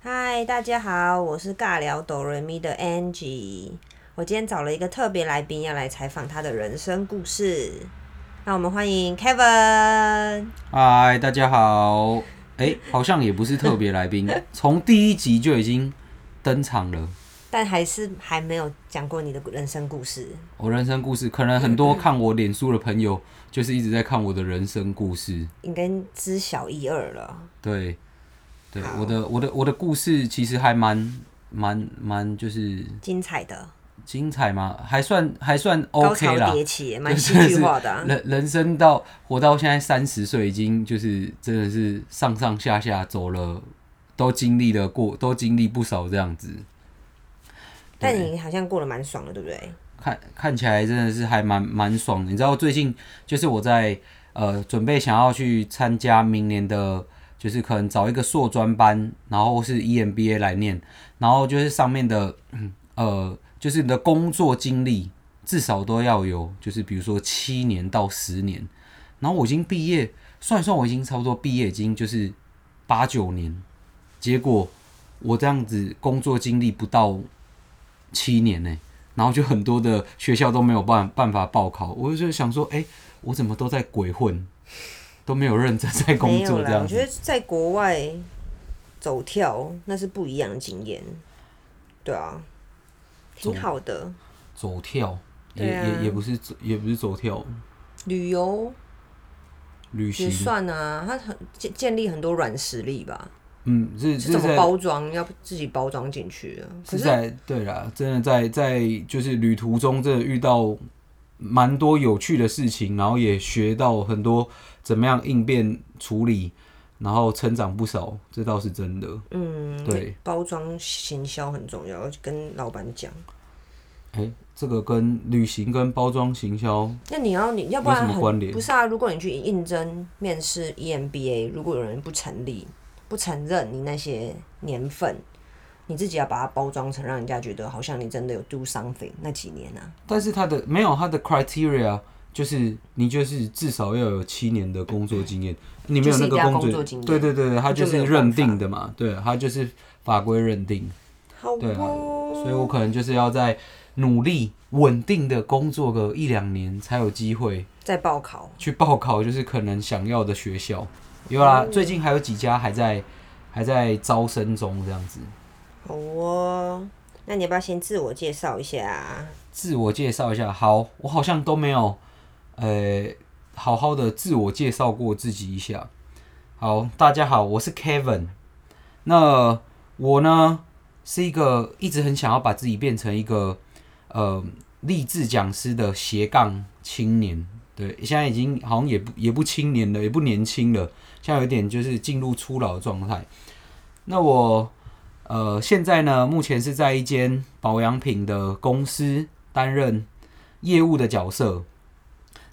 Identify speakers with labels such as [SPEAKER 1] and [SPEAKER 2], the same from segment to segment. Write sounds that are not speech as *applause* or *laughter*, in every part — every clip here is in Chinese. [SPEAKER 1] 嗨，大家好，我是尬聊哆瑞咪的 Angie。我今天找了一个特别来宾，要来采访他的人生故事。那我们欢迎 Kevin。
[SPEAKER 2] 嗨，大家好。哎、好像也不是特别来
[SPEAKER 1] *laughs*
[SPEAKER 2] 宾，从第一集就已经登场了。
[SPEAKER 1] 但还是还没有讲过你的人生故事，
[SPEAKER 2] 我人生故事，可能很多看我脸书的朋友，就是一直在看我的人生故事。
[SPEAKER 1] 应该知晓一二了。
[SPEAKER 2] 对，对
[SPEAKER 1] 好，
[SPEAKER 2] 我的我的我的故事其实还蛮蛮蛮就是
[SPEAKER 1] 精彩的，
[SPEAKER 2] 精彩嘛，还算还算
[SPEAKER 1] 高
[SPEAKER 2] OK
[SPEAKER 1] 潮
[SPEAKER 2] 啦。 *laughs*
[SPEAKER 1] 迭起，也蛮
[SPEAKER 2] 就
[SPEAKER 1] 戏
[SPEAKER 2] 真的
[SPEAKER 1] 剧
[SPEAKER 2] 是
[SPEAKER 1] 化的
[SPEAKER 2] *laughs*
[SPEAKER 1] 啊、
[SPEAKER 2] 人人生到活到现在三十岁，已经就是真的是上上下下走了，都经历了过，都经历不少这样子。
[SPEAKER 1] 但你好像过得蛮爽的，对不对？
[SPEAKER 2] 看看起来真的是还蛮蛮爽的。你知道最近就是我在呃准备想要去参加明年的，就是可能找一个硕专班，然后是 E EMBA 来念，然后就是上面的嗯呃就是你的工作经历至少都要有，就是比如说七年到十年。然后我已经毕业，算一算我已经差不多毕业已经就是八九年，结果我这样子工作经历不到七年呢、然后就很多的学校都没有办办法报考，我就想说，哎、我怎么都在鬼混，都没有认真在
[SPEAKER 1] 没
[SPEAKER 2] 工
[SPEAKER 1] 有
[SPEAKER 2] 作这
[SPEAKER 1] 啦，我
[SPEAKER 2] 样
[SPEAKER 1] 觉
[SPEAKER 2] 子。
[SPEAKER 1] 得在国外走跳那是不一样的经验，对啊，挺好的。
[SPEAKER 2] 走跳也、
[SPEAKER 1] 对啊
[SPEAKER 2] 也也不是走也不是走跳，
[SPEAKER 1] 旅游
[SPEAKER 2] 旅
[SPEAKER 1] 也
[SPEAKER 2] 行，
[SPEAKER 1] 算啊，它很建建立很多软实力吧，
[SPEAKER 2] 嗯，是
[SPEAKER 1] 是
[SPEAKER 2] 是
[SPEAKER 1] 怎么
[SPEAKER 2] 在
[SPEAKER 1] 包装，要自己包装进去啊。可
[SPEAKER 2] 是
[SPEAKER 1] 是
[SPEAKER 2] 在对啦，真的在在就是旅途中，真的遇到蛮多有趣的事情，然后也学到很多怎么样应变处理，然后成长不少，这倒是真的。
[SPEAKER 1] 嗯，
[SPEAKER 2] 对，
[SPEAKER 1] 包装行销很重要，要跟老板讲。
[SPEAKER 2] 哎、这个跟旅行跟包装行销
[SPEAKER 1] 那你要你要不
[SPEAKER 2] 有
[SPEAKER 1] 然
[SPEAKER 2] 什么
[SPEAKER 1] 很
[SPEAKER 2] 关联
[SPEAKER 1] 不是啊？如果你去应征面试 E EMBA，如果有人不成立、不承认你那些年份，你自己要把它包装成让人家觉得好像你真的有 do something 那几年啊。
[SPEAKER 2] 但是他的没有他的 criteria，就是你就是至少要有七年的工作经验，你没有那
[SPEAKER 1] 就是一定
[SPEAKER 2] 个
[SPEAKER 1] 要
[SPEAKER 2] 工
[SPEAKER 1] 工作经验
[SPEAKER 2] 对对对，他
[SPEAKER 1] 就
[SPEAKER 2] 就
[SPEAKER 1] 没
[SPEAKER 2] 是
[SPEAKER 1] 有办
[SPEAKER 2] 认
[SPEAKER 1] 法
[SPEAKER 2] 定的嘛，对，他就是法规认定，
[SPEAKER 1] 好
[SPEAKER 2] 对啊
[SPEAKER 1] 哦，
[SPEAKER 2] 所以我可能就是要在努力稳定的工作个一两年，才有机会
[SPEAKER 1] 再报考，
[SPEAKER 2] 去报考，就是可能想要的学校。有啦，
[SPEAKER 1] 嗯
[SPEAKER 2] 最近还有几家还在还在招生中，这样子。
[SPEAKER 1] 好哦。那你要不要先自我介绍一下啊？
[SPEAKER 2] 自我介绍一下。好，我好像都没有，呃，好好的自我介绍过自己一下。好，大家好，我是 Kevin。那我呢，是一个一直很想要把自己变成一个呃励志讲师的斜杠青年。对，现在已经好像也不也不青年了，也不年轻了，现在有点就是进入初老的状态。那我呃，现在呢，目前是在一间保养品的公司担任业务的角色。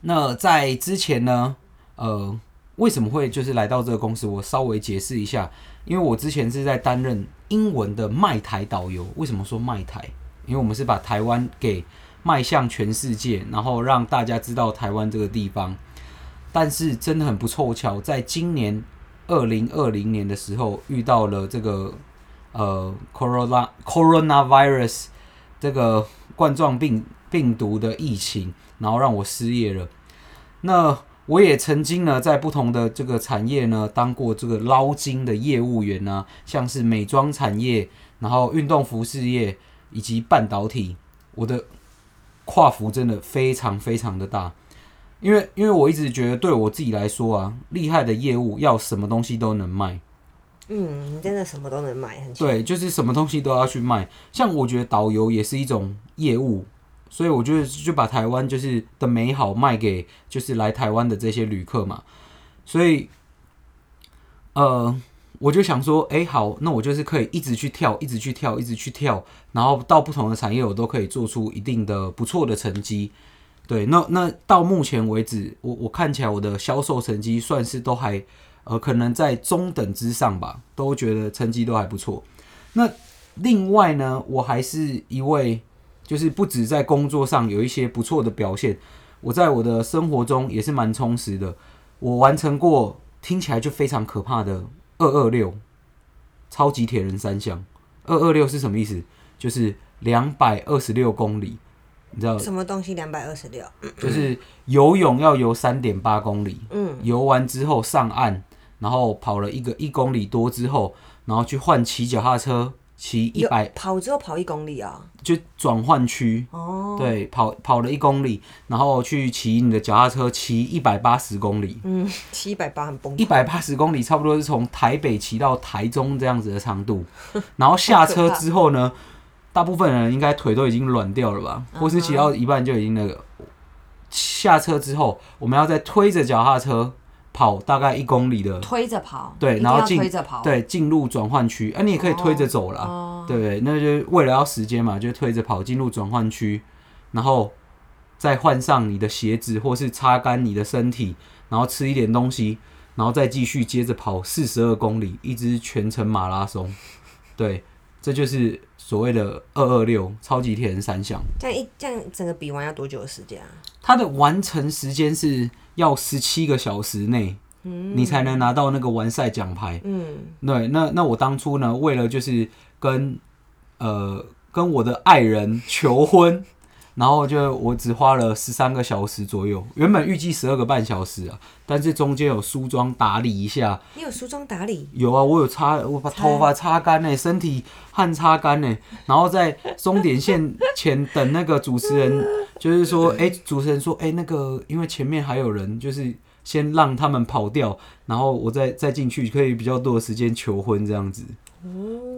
[SPEAKER 2] 那在之前呢，呃，为什么会就是来到这个公司？我稍微解释一下，因为我之前是在担任英文的卖台导游。为什么说卖台？因为我们是把台湾给迈向全世界，然后让大家知道台湾这个地方。但是真的很不凑巧，在今年二零二零年的时候，遇到了这个呃 corona coronavirus 这个冠状病病毒的疫情，然后让我失业了。那我也曾经呢，在不同的这个产业呢，当过这个捞金的业务员呢、像是美妆产业，然后运动服饰业以及半导体，我的跨幅真的非常非常的大。因为因为我一直觉得对我自己来说啊，厉害的业务要什么东西都能卖，
[SPEAKER 1] 嗯，你真的什么都能买，很强。
[SPEAKER 2] 对，就是什么东西都要去卖。像我觉得导游也是一种业务，所以我觉得就把台湾就是的美好卖给就是来台湾的这些旅客嘛。所以，呃，我就想说，哎、好，那我就是可以一直去跳，一直去跳，一直去跳，然后到不同的产业，我都可以做出一定的不错的成绩。对，那那到目前为止，我我看起来我的销售成绩算是都还呃，可能在中等之上吧，都觉得成绩都还不错。那另外呢，我还是一位，就是不止在工作上有一些不错的表现，我在我的生活中也是蛮充实的。我完成过听起来就非常可怕的二二六超级铁人三项。二二六是什么意思？就是两百二十六公里，你知道，
[SPEAKER 1] 什么东西两百二十六？
[SPEAKER 2] 就是游泳要游三点八公里，
[SPEAKER 1] 嗯，
[SPEAKER 2] 游完之后上岸，然后跑了一个一公里多之后，然后去换骑脚踏车，骑一
[SPEAKER 1] 有
[SPEAKER 2] 百
[SPEAKER 1] 跑之后跑一公里啊？
[SPEAKER 2] 就转换区，
[SPEAKER 1] 哦，
[SPEAKER 2] 对，跑跑了一公里，然后去骑你的脚踏车，骑一百八十公里，
[SPEAKER 1] 嗯，七百八很崩
[SPEAKER 2] 一百八十公里差不多是从台北骑到台中这样子的
[SPEAKER 1] *laughs*
[SPEAKER 2] 长度，然后下车之后呢，大部分人应该腿都已经软掉了吧，
[SPEAKER 1] 嗯
[SPEAKER 2] 或是骑到一半就已经那个。下车之后，我们要再推着脚踏车跑大概一公里的
[SPEAKER 1] 推着跑，
[SPEAKER 2] 对
[SPEAKER 1] 一定
[SPEAKER 2] 然后
[SPEAKER 1] 要
[SPEAKER 2] 进
[SPEAKER 1] 推着跑，
[SPEAKER 2] 对，进入转换区，啊，你也可以推着走啦，
[SPEAKER 1] 哦
[SPEAKER 2] 对不对？那就是为了要时间嘛，就推着跑进入转换区，然后再换上你的鞋子或是擦干你的身体，然后吃一点东西，然后再继续接着跑四十二公里，一直全程马拉松。对，这就是所谓的二二六超级铁人三项。
[SPEAKER 1] 这样一这样整个比完要多久的时间啊？
[SPEAKER 2] 它的完成时间是要十七个小时内，你才能拿到那个完赛奖牌。
[SPEAKER 1] 嗯，
[SPEAKER 2] 对，那那我当初呢，为了就是跟呃跟我的爱人求婚， *laughs* 然后就我只花了十三个小时左右，原本预计十二个半小时啊，但是中间有梳妆打理一下，
[SPEAKER 1] 你有梳妆打理，
[SPEAKER 2] 有啊，我有擦，我把头发擦干呢、身体汗擦干呢、然后在终点线前等那个主持人，就是说，
[SPEAKER 1] 嗯
[SPEAKER 2] 哎、主持人说，哎、那个因为前面还有人，就是先让他们跑掉，然后我再再进去，可以比较多的时间求婚这样子。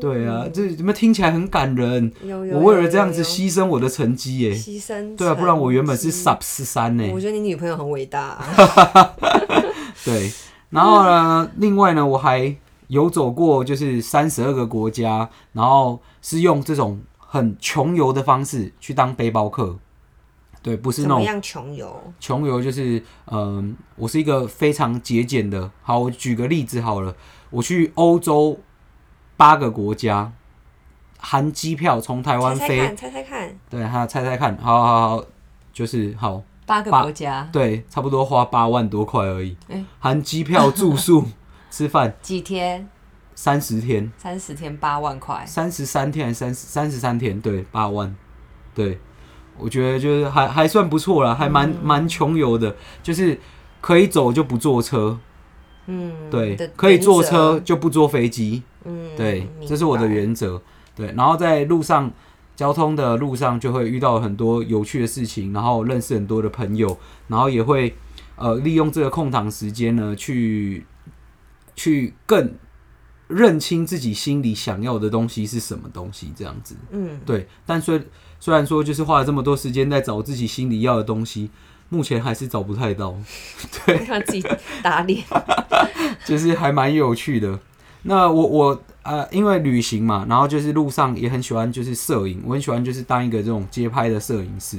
[SPEAKER 2] 对啊，这怎么听起来很感人？
[SPEAKER 1] 哦有有，
[SPEAKER 2] 我为
[SPEAKER 1] 有
[SPEAKER 2] 了这样子
[SPEAKER 1] 有
[SPEAKER 2] 牺牲我的成绩耶、
[SPEAKER 1] 牺牲，
[SPEAKER 2] 对啊，不然我原本是
[SPEAKER 1] 成绩
[SPEAKER 2] sub 十三欸呢。
[SPEAKER 1] 我觉得你女朋友很伟大啊、
[SPEAKER 2] 对，然后呢，另外呢，我还游走过就是三十二个国家，然后是用这种很穷游的方式去当背包客。对， *laughs* 不是
[SPEAKER 1] 怎
[SPEAKER 2] 那
[SPEAKER 1] 么
[SPEAKER 2] 种
[SPEAKER 1] 样穷游？
[SPEAKER 2] 穷游，就是嗯、我是一个非常节俭的。好，我举个例子好了，我去欧洲八个国家，含机票从台湾
[SPEAKER 1] 猜猜
[SPEAKER 2] 飞，
[SPEAKER 1] 看，猜猜看，
[SPEAKER 2] 对，还有猜猜看，好好好，就是好，
[SPEAKER 3] 八个
[SPEAKER 2] 八
[SPEAKER 3] 国家，
[SPEAKER 2] 对，差不多花八万多块而已，
[SPEAKER 3] 哎
[SPEAKER 2] 含机票、住宿、 *laughs* 吃饭。
[SPEAKER 3] 几天？
[SPEAKER 2] 三十天，
[SPEAKER 3] 三十天八万块，
[SPEAKER 2] 三十三天还是三三十三天？对，八万，对，我觉得就是还还算不错啦，还蛮
[SPEAKER 1] 嗯
[SPEAKER 2] 蛮穷游的，就是可以走就不坐车，
[SPEAKER 1] 嗯，
[SPEAKER 2] 对
[SPEAKER 1] 的，
[SPEAKER 2] 可以
[SPEAKER 1] 原
[SPEAKER 2] 坐
[SPEAKER 1] 则
[SPEAKER 2] 车，就不坐飞机，
[SPEAKER 1] 嗯，
[SPEAKER 2] 对，
[SPEAKER 1] 明
[SPEAKER 2] 这是我的
[SPEAKER 1] 白。
[SPEAKER 2] 原则。对，然后在路上交通的路上就会遇到很多有趣的事情，然后认识很多的朋友，然后也会呃利用这个空档时间呢，去去更认清自己心里想要的东西是什么东西，这样子。
[SPEAKER 1] 嗯，
[SPEAKER 2] 对，但虽虽然说就是花了这么多时间在找自己心里要的东西，目前还是找不太到。
[SPEAKER 3] *laughs* 让自己打脸。
[SPEAKER 2] 就是还蛮有趣的。那我我呃，因为旅行嘛，然后就是路上也很喜欢就是摄影，我很喜欢就是当一个这种街拍的摄影师，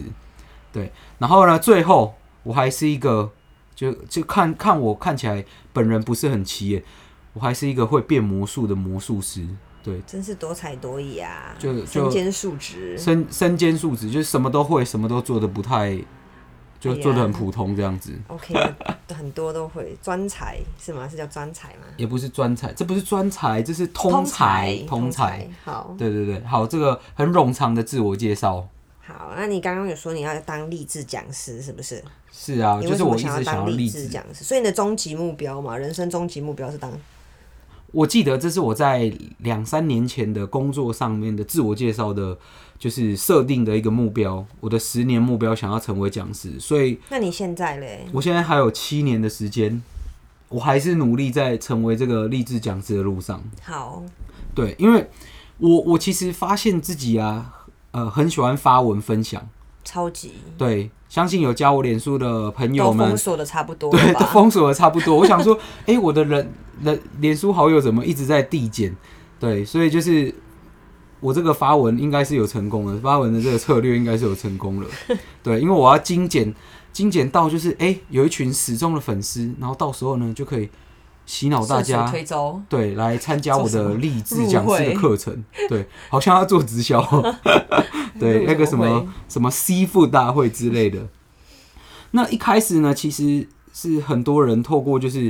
[SPEAKER 2] 对。然后呢，最后我还是一个就就看看我看起来本人不是很起眼，我还是一个会变魔术的魔术师，对，
[SPEAKER 1] *laughs* 真是多才多艺啊，
[SPEAKER 2] 就就
[SPEAKER 1] 身兼数职，
[SPEAKER 2] 身身兼数职，就是什么都会，什么都做的不太，就
[SPEAKER 1] 哎呀
[SPEAKER 2] 做的很普通这样子。
[SPEAKER 1] OK，很
[SPEAKER 2] *laughs*
[SPEAKER 1] 多都会专才是吗？是叫专才吗？
[SPEAKER 2] 也不是专才，这不是专才，这是通
[SPEAKER 1] 通
[SPEAKER 2] 才，
[SPEAKER 1] 通
[SPEAKER 2] 通才。
[SPEAKER 1] 才。好，
[SPEAKER 2] 对对对，好，这个很冗长的自我介绍。
[SPEAKER 1] 好，那你刚刚有说你要当励志讲师，是不是？
[SPEAKER 2] 是啊，
[SPEAKER 1] 你
[SPEAKER 2] 就
[SPEAKER 1] 为
[SPEAKER 2] 是
[SPEAKER 1] 什
[SPEAKER 2] 我
[SPEAKER 1] 么
[SPEAKER 2] 一
[SPEAKER 1] 想
[SPEAKER 2] 直想
[SPEAKER 1] 当
[SPEAKER 2] 要
[SPEAKER 1] 励
[SPEAKER 2] 励
[SPEAKER 1] 志
[SPEAKER 2] 志。
[SPEAKER 1] 讲师？所以你的终极目标嘛，人生终极目标是当
[SPEAKER 2] 我记得这是我在两三年前的工作上面的自我介绍的，就是设定的一个目标。我的十年目标想要成为讲师，所以
[SPEAKER 1] 那你现在嘞？
[SPEAKER 2] 我现在还有七年的时间，我还是努力在成为这个励志讲师的路上。
[SPEAKER 1] 好，
[SPEAKER 2] 对，因为我我其实发现自己啊，呃，很喜欢发文分享。
[SPEAKER 1] 超级
[SPEAKER 2] 对，相信有加我脸书的朋友
[SPEAKER 1] 都
[SPEAKER 2] 们
[SPEAKER 1] 封，锁的差不多
[SPEAKER 2] 对，
[SPEAKER 1] 了
[SPEAKER 2] 都
[SPEAKER 1] 吧？
[SPEAKER 2] 封锁的差不多。我想说，诶，我的人人脸书好友怎么一直在递减？对，所以就是我这个发文应该是有成功的，发文的这个策略应该是有成功了。对，因为我要精简，精简到就是诶，有一群始终的粉丝，然后到时候呢就可以洗脑大
[SPEAKER 3] 顺
[SPEAKER 2] 家
[SPEAKER 3] 水。推舟，
[SPEAKER 2] 对，来参加我
[SPEAKER 3] 做什
[SPEAKER 2] 的
[SPEAKER 3] 么
[SPEAKER 2] 励志讲师的
[SPEAKER 3] 入会
[SPEAKER 2] 课程。对，好像要做
[SPEAKER 3] *laughs*
[SPEAKER 2] 直销哦。对，那个什
[SPEAKER 3] 入
[SPEAKER 2] 么
[SPEAKER 3] 会
[SPEAKER 2] 什么吸附大会之类的。那一开始呢，其实是很多人透过就是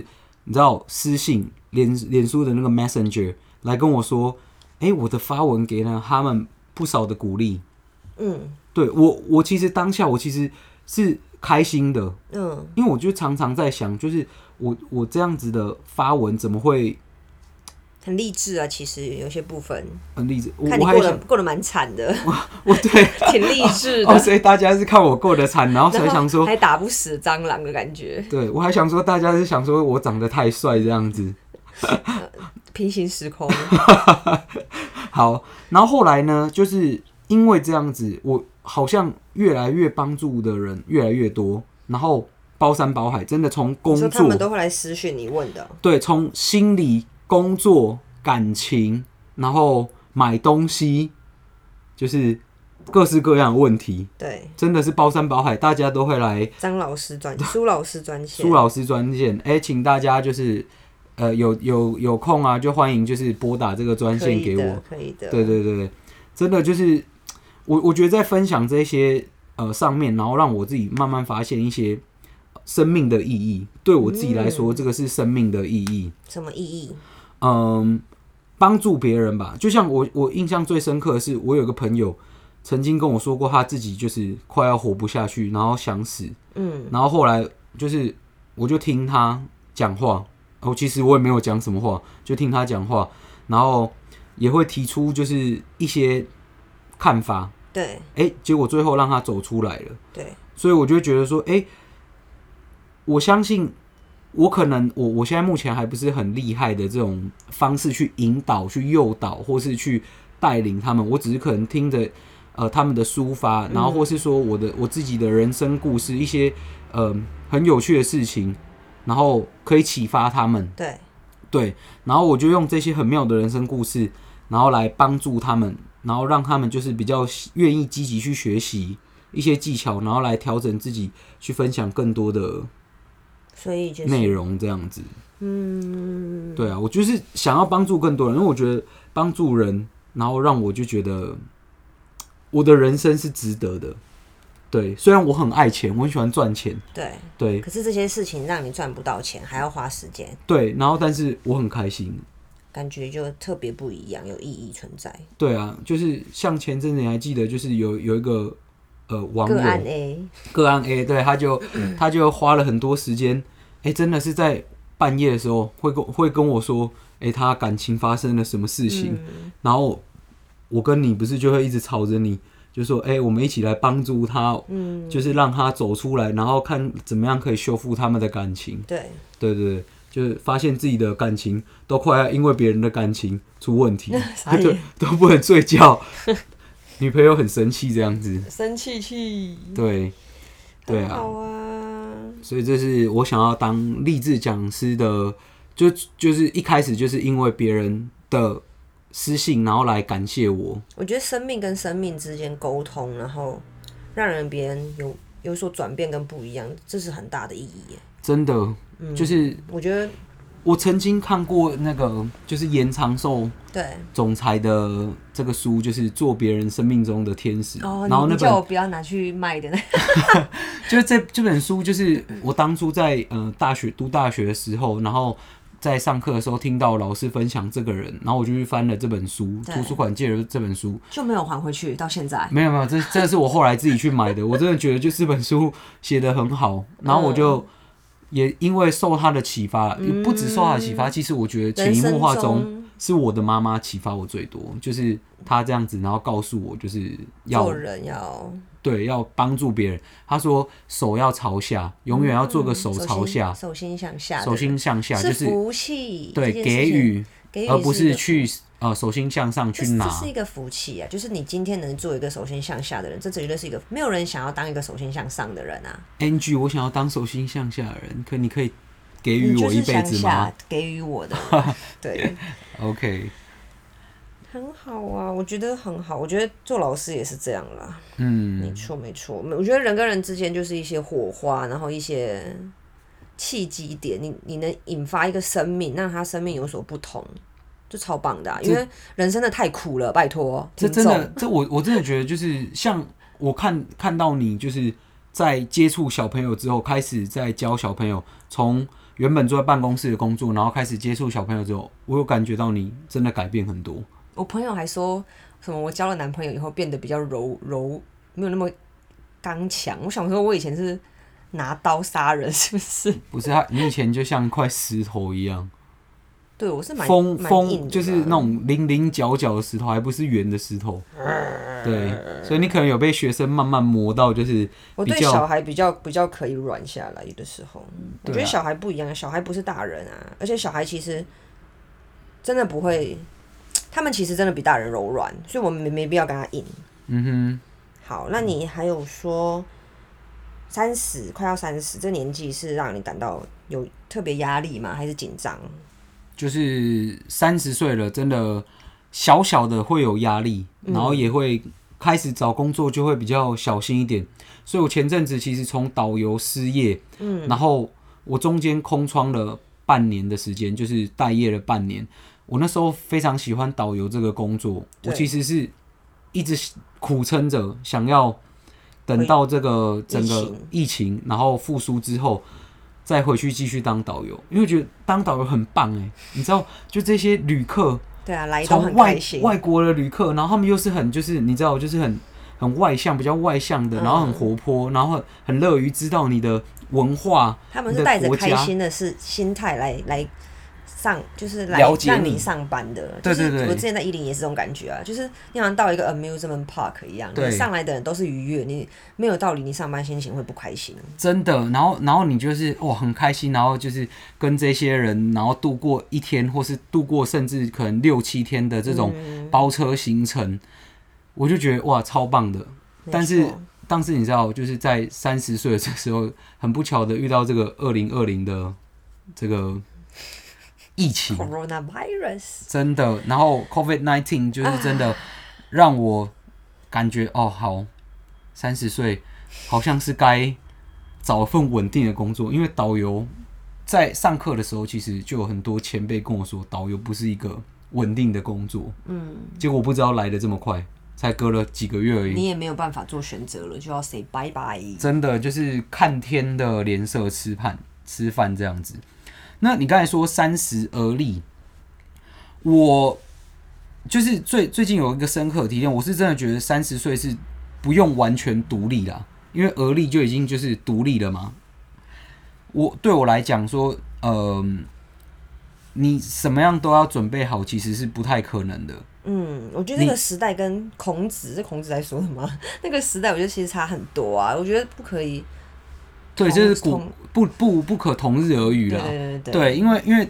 [SPEAKER 2] 你知道私信脸脸书的那个 Messenger 来跟我说，哎、我的发文给了他们不少的鼓励。
[SPEAKER 1] 嗯
[SPEAKER 2] 对我，我其实当下我其实是开心的，
[SPEAKER 1] 嗯，
[SPEAKER 2] 因为我就常常在想，就是我我这样子的发文怎么会
[SPEAKER 1] 很励志啊。其实有些部分，
[SPEAKER 2] 很励志？呃我
[SPEAKER 1] 看你过
[SPEAKER 2] 我还
[SPEAKER 1] 得
[SPEAKER 2] 想，
[SPEAKER 1] 过得蛮惨的，
[SPEAKER 2] *laughs* 我对
[SPEAKER 3] 挺励志的
[SPEAKER 2] *laughs* 哦，，所以大家是看我过得惨，然后才
[SPEAKER 1] 然后
[SPEAKER 2] 想说，
[SPEAKER 1] 还打不死蟑螂的感觉，
[SPEAKER 2] 对我还想说，大家是想说我长得太帅这样子。
[SPEAKER 1] 平行时空。
[SPEAKER 2] 好，然后后来呢，就是因为这样子，我好像越来越帮助的人越来越多，然后包山包海，真的从工
[SPEAKER 1] 你说他
[SPEAKER 2] 作
[SPEAKER 1] 们都会来私讯你问的，
[SPEAKER 2] 对，从心理、工作、感情，然后买东西，就是各式各样的问题，
[SPEAKER 1] 对，
[SPEAKER 2] 真的是包山包海，大家都会来
[SPEAKER 1] 张老师专苏老师专线
[SPEAKER 2] 苏，老师专线。哎、请大家就是呃有有有空啊，就欢迎就是拨打这个专
[SPEAKER 1] 可
[SPEAKER 2] 线
[SPEAKER 1] 以
[SPEAKER 2] 给我
[SPEAKER 1] 的，。可以的，
[SPEAKER 2] 对对对，对真的就是我我觉得在分享这些呃上面，然后让我自己慢慢发现一些呃生命的意义。对我自己来说，
[SPEAKER 1] 嗯
[SPEAKER 2] 这个是生命的意义。
[SPEAKER 1] 什么意义？
[SPEAKER 2] 嗯，帮助别人吧。就像我我印象最深刻的是，我有个朋友曾经跟我说过，他自己就是快要活不下去，然后想死。
[SPEAKER 1] 嗯，
[SPEAKER 2] 然后后来就是我就听他讲话，哦，其实我也没有讲什么话，就听他讲话，然后也会提出就是一些看法，
[SPEAKER 1] 对
[SPEAKER 2] 哎，结果最后让他走出来了，
[SPEAKER 1] 对，
[SPEAKER 2] 所以我就觉得说，哎，我相信。我可能我我现在目前还不是很厉害的这种方式去引导、去诱导，或是去带领他们。我只是可能听着呃他们的抒发，然后或是说我的我自己的人生故事，一些呃很有趣的事情，然后可以启发他们。
[SPEAKER 1] 对，
[SPEAKER 2] 对，然后我就用这些很妙的人生故事，然后来帮助他们，然后让他们就是比较愿意积极去学习一些技巧，然后来调整自己，去分享更多的
[SPEAKER 1] 所以就
[SPEAKER 2] 内
[SPEAKER 1] 是
[SPEAKER 2] 容，这样子。
[SPEAKER 1] 嗯，
[SPEAKER 2] 对啊，我就是想要帮助更多人，因为我觉得帮助人，然后让我就觉得我的人生是值得的。对，虽然我很爱钱，我很喜欢赚钱，
[SPEAKER 1] 对。
[SPEAKER 2] 对
[SPEAKER 1] 可是这些事情让你赚不到钱，还要花时间，
[SPEAKER 2] 对，然后但是我很开心。
[SPEAKER 1] 感觉就特别不一样，有意义存在。
[SPEAKER 2] 对啊，就是像前阵子你还记得，就是有有一个呃网友
[SPEAKER 1] 个案欸 A，
[SPEAKER 2] 个案 A，对，他就他就花了很多时间，哎、真的是在半夜的时候会跟会跟我说，哎、他感情发生了什么事情，
[SPEAKER 1] 嗯
[SPEAKER 2] 然后我跟你不是就会一直吵着你，就说，哎、我们一起来帮助他，
[SPEAKER 1] 嗯，
[SPEAKER 2] 就是让他走出来，然后看怎么样可以修复他们的感情，
[SPEAKER 1] 对，，
[SPEAKER 2] 对对对。就是发现自己的感情都快要因为别人的感情出问
[SPEAKER 3] *laughs*
[SPEAKER 2] 题
[SPEAKER 1] 傻眼
[SPEAKER 2] 对， *laughs* 都不能睡觉， *laughs* 女朋友很生气这样子，
[SPEAKER 1] 生气气，
[SPEAKER 2] 对，对
[SPEAKER 1] 很
[SPEAKER 2] 啊，
[SPEAKER 1] 好啊，
[SPEAKER 2] 所以这是我想要当励志讲师的，就就是一开始就是因为别人的私信，然后来感谢我。
[SPEAKER 1] 我觉得生命跟生命之间沟通，然后让人别人有有所转变跟不一样，这是很大的意义耶。
[SPEAKER 2] 真的，
[SPEAKER 3] 嗯
[SPEAKER 2] 就是
[SPEAKER 1] 我觉得
[SPEAKER 2] 我曾经看过那个，就是严长寿
[SPEAKER 1] 对
[SPEAKER 2] 总裁的这个书，就是做别人生命中的天使。
[SPEAKER 3] 哦，
[SPEAKER 2] 然后
[SPEAKER 3] 你
[SPEAKER 2] 那
[SPEAKER 3] 你叫我
[SPEAKER 2] 本
[SPEAKER 3] 不要拿去卖
[SPEAKER 1] *laughs*
[SPEAKER 3] 的那，
[SPEAKER 2] 就是这这本书，就是我当初在呃大学读大学的时候，然后在上课的时候听到老师分享这个人，然后我就去翻了这本书，
[SPEAKER 3] 对
[SPEAKER 2] 图书馆借了这本书，
[SPEAKER 3] 就没有还回去，到现在。
[SPEAKER 2] 没有没有，这这是我后来自己去买的。我真的觉得就这本书写的很好，然后我就
[SPEAKER 1] 嗯
[SPEAKER 2] 也因为受他的启发，也不止受他的启发，其实我觉得潜移默化
[SPEAKER 1] 嗯人生中
[SPEAKER 2] 是我的妈妈启发我最多，就是她这样子，然后告诉我就是要
[SPEAKER 1] 做人要
[SPEAKER 2] 对要帮助别人。她说手要朝下，永远要做个手
[SPEAKER 1] 嗯手
[SPEAKER 2] 朝
[SPEAKER 1] 心
[SPEAKER 2] 下，
[SPEAKER 1] 手心向下的，
[SPEAKER 2] 手心向下，就是是
[SPEAKER 1] 福气，
[SPEAKER 2] 对
[SPEAKER 1] 这件事
[SPEAKER 2] 给
[SPEAKER 1] 情
[SPEAKER 2] 予，
[SPEAKER 1] 给予，
[SPEAKER 2] 而不是。去呃手心向上
[SPEAKER 1] 这
[SPEAKER 2] 去
[SPEAKER 1] 是
[SPEAKER 2] 拿
[SPEAKER 1] 这。是一个福气啊！就是你今天能做一个手心向下的人，这绝对是一个没有人想要当一个手心向上的人啊！
[SPEAKER 2] Angie，我想要当手心向下的人，可你可以给
[SPEAKER 1] 你
[SPEAKER 2] 予
[SPEAKER 1] 嗯就
[SPEAKER 2] 我一
[SPEAKER 1] 是
[SPEAKER 2] 辈
[SPEAKER 1] 向
[SPEAKER 2] 子吗
[SPEAKER 1] 下给予我的，
[SPEAKER 2] *laughs*
[SPEAKER 1] 对，
[SPEAKER 2] ？OK，
[SPEAKER 1] 很好啊，我觉得很好。我觉得做老师也是这样啦，没
[SPEAKER 2] 嗯，
[SPEAKER 1] 错没错。我觉得人跟人之间就是一些火花，然后一些契机点，你你能引发一个生命，让他生命有所不同，就超棒的啊、因为人生的太苦了，拜托，
[SPEAKER 2] 这
[SPEAKER 1] 听
[SPEAKER 2] 真
[SPEAKER 1] 众
[SPEAKER 2] 的，这我我真的觉得就是像我看看到你就是在接触小朋友之后，开始在教小朋友，从原本坐在办公室的工作，然后开始接触小朋友之后，我有感觉到你真的改变很多。
[SPEAKER 1] 我朋友还说什么我交了男朋友以后变得比较柔柔，没有那么刚强。我想说，我以前是拿刀杀人，是不是？
[SPEAKER 2] 不是他，你以前就像一块石头一样，
[SPEAKER 1] 对，我是蛮
[SPEAKER 2] 风
[SPEAKER 1] 蛮硬
[SPEAKER 2] 风
[SPEAKER 1] 的
[SPEAKER 2] 就是那种棱棱角角的石头，还不是圆的石头。
[SPEAKER 1] 哦
[SPEAKER 2] 对，所以你可能有被学生慢慢磨到，就是
[SPEAKER 1] 我
[SPEAKER 2] 比
[SPEAKER 1] 对
[SPEAKER 2] 较
[SPEAKER 1] 小孩比较比较可以软下来，有的时候，我觉
[SPEAKER 2] 对啊
[SPEAKER 1] 得小孩不一样，小孩不是大人啊，而且小孩其实真的不会，他们其实真的比大人柔软，所以我们没没必要跟他硬。
[SPEAKER 2] 嗯
[SPEAKER 1] 好，那你还有说三十快要三十这年纪是让你感到有特别压力吗？还是紧张？
[SPEAKER 2] 哼，就是三十岁了，真的小小的会有压力，然后也会开始找工作就会比较小心一点。所以我前阵子其实从导游失业，嗯，然后我中间空窗了半年的时间，就是待业了半年。我那时候非常喜欢导游这个工作，我
[SPEAKER 1] 对
[SPEAKER 2] 其实是一直苦撑着想要等到这个整
[SPEAKER 1] 疫
[SPEAKER 2] 个
[SPEAKER 1] 情
[SPEAKER 2] 疫情然后复苏之后。再回去继续当导游，因为我觉得当导游很棒哎、你知道，就这些旅客，
[SPEAKER 1] 对啊，来都
[SPEAKER 2] 从
[SPEAKER 1] 很
[SPEAKER 2] 外
[SPEAKER 1] 开心。
[SPEAKER 2] 外国的旅客，然后他们又是很就是你知道就是很很外向，比较外向
[SPEAKER 1] 嗯
[SPEAKER 2] 的，然后很活泼，然后很很乐于知道你的文化，
[SPEAKER 1] 他们
[SPEAKER 2] 你
[SPEAKER 1] 是
[SPEAKER 2] 的
[SPEAKER 1] 带着
[SPEAKER 2] 国
[SPEAKER 1] 开
[SPEAKER 2] 家
[SPEAKER 1] 心的是心态来来上，就是来
[SPEAKER 2] 了解
[SPEAKER 1] 让
[SPEAKER 2] 你
[SPEAKER 1] 你上班的。
[SPEAKER 2] 对
[SPEAKER 1] 就
[SPEAKER 2] 对对
[SPEAKER 1] 是我之前在伊林也是这种感觉啊，就是你好像到一个 amusement park 一样，
[SPEAKER 2] 对
[SPEAKER 1] 你上来的人都是愉悦，你没有道理你上班心情会不开心。啊
[SPEAKER 2] 真的。然后然后你就是哇很开心，然后就是跟这些人，然后度过一天，或是度过甚至可能六七天的这种
[SPEAKER 1] 嗯
[SPEAKER 2] 包车行程，我就觉得哇超棒的。
[SPEAKER 1] 没
[SPEAKER 2] 但是
[SPEAKER 1] 错
[SPEAKER 2] 但是你知道，就是在三十岁的这时候，很不巧的遇到这个二零二零的这个疫情，
[SPEAKER 1] coronavirus
[SPEAKER 2] 真的，然后 COVID nineteen 就是真的让我感觉哦，好，三十岁好像是该找份稳定的工作，因为导游在上课的时候，其实就有很多前辈跟我说，导游不是一个稳定的工作，嗯，结果我不知道来的这么快，才隔了几个月而已，
[SPEAKER 1] 你也没有办法做选择了，就要 say bye bye。
[SPEAKER 2] 真的就是看天的脸色吃饭吃饭这样子。那你刚才说三十而立，我就是最最近有一个深刻的体验，我是真的觉得三十岁是不用完全独立啦，因为而立就已经就是独立了嘛。我对我来讲说，嗯、你什么样都要准备好，其实是不太可能的。
[SPEAKER 1] 嗯，我觉得那个时代跟孔子是孔子在说的吗？ *laughs* 那个时代我觉得其实差很多啊，我觉得不可以。
[SPEAKER 2] 对，这是古
[SPEAKER 1] 同
[SPEAKER 2] 不不不可同日而语
[SPEAKER 1] 对
[SPEAKER 2] 啦。
[SPEAKER 1] 对对
[SPEAKER 2] 对，啊因为因为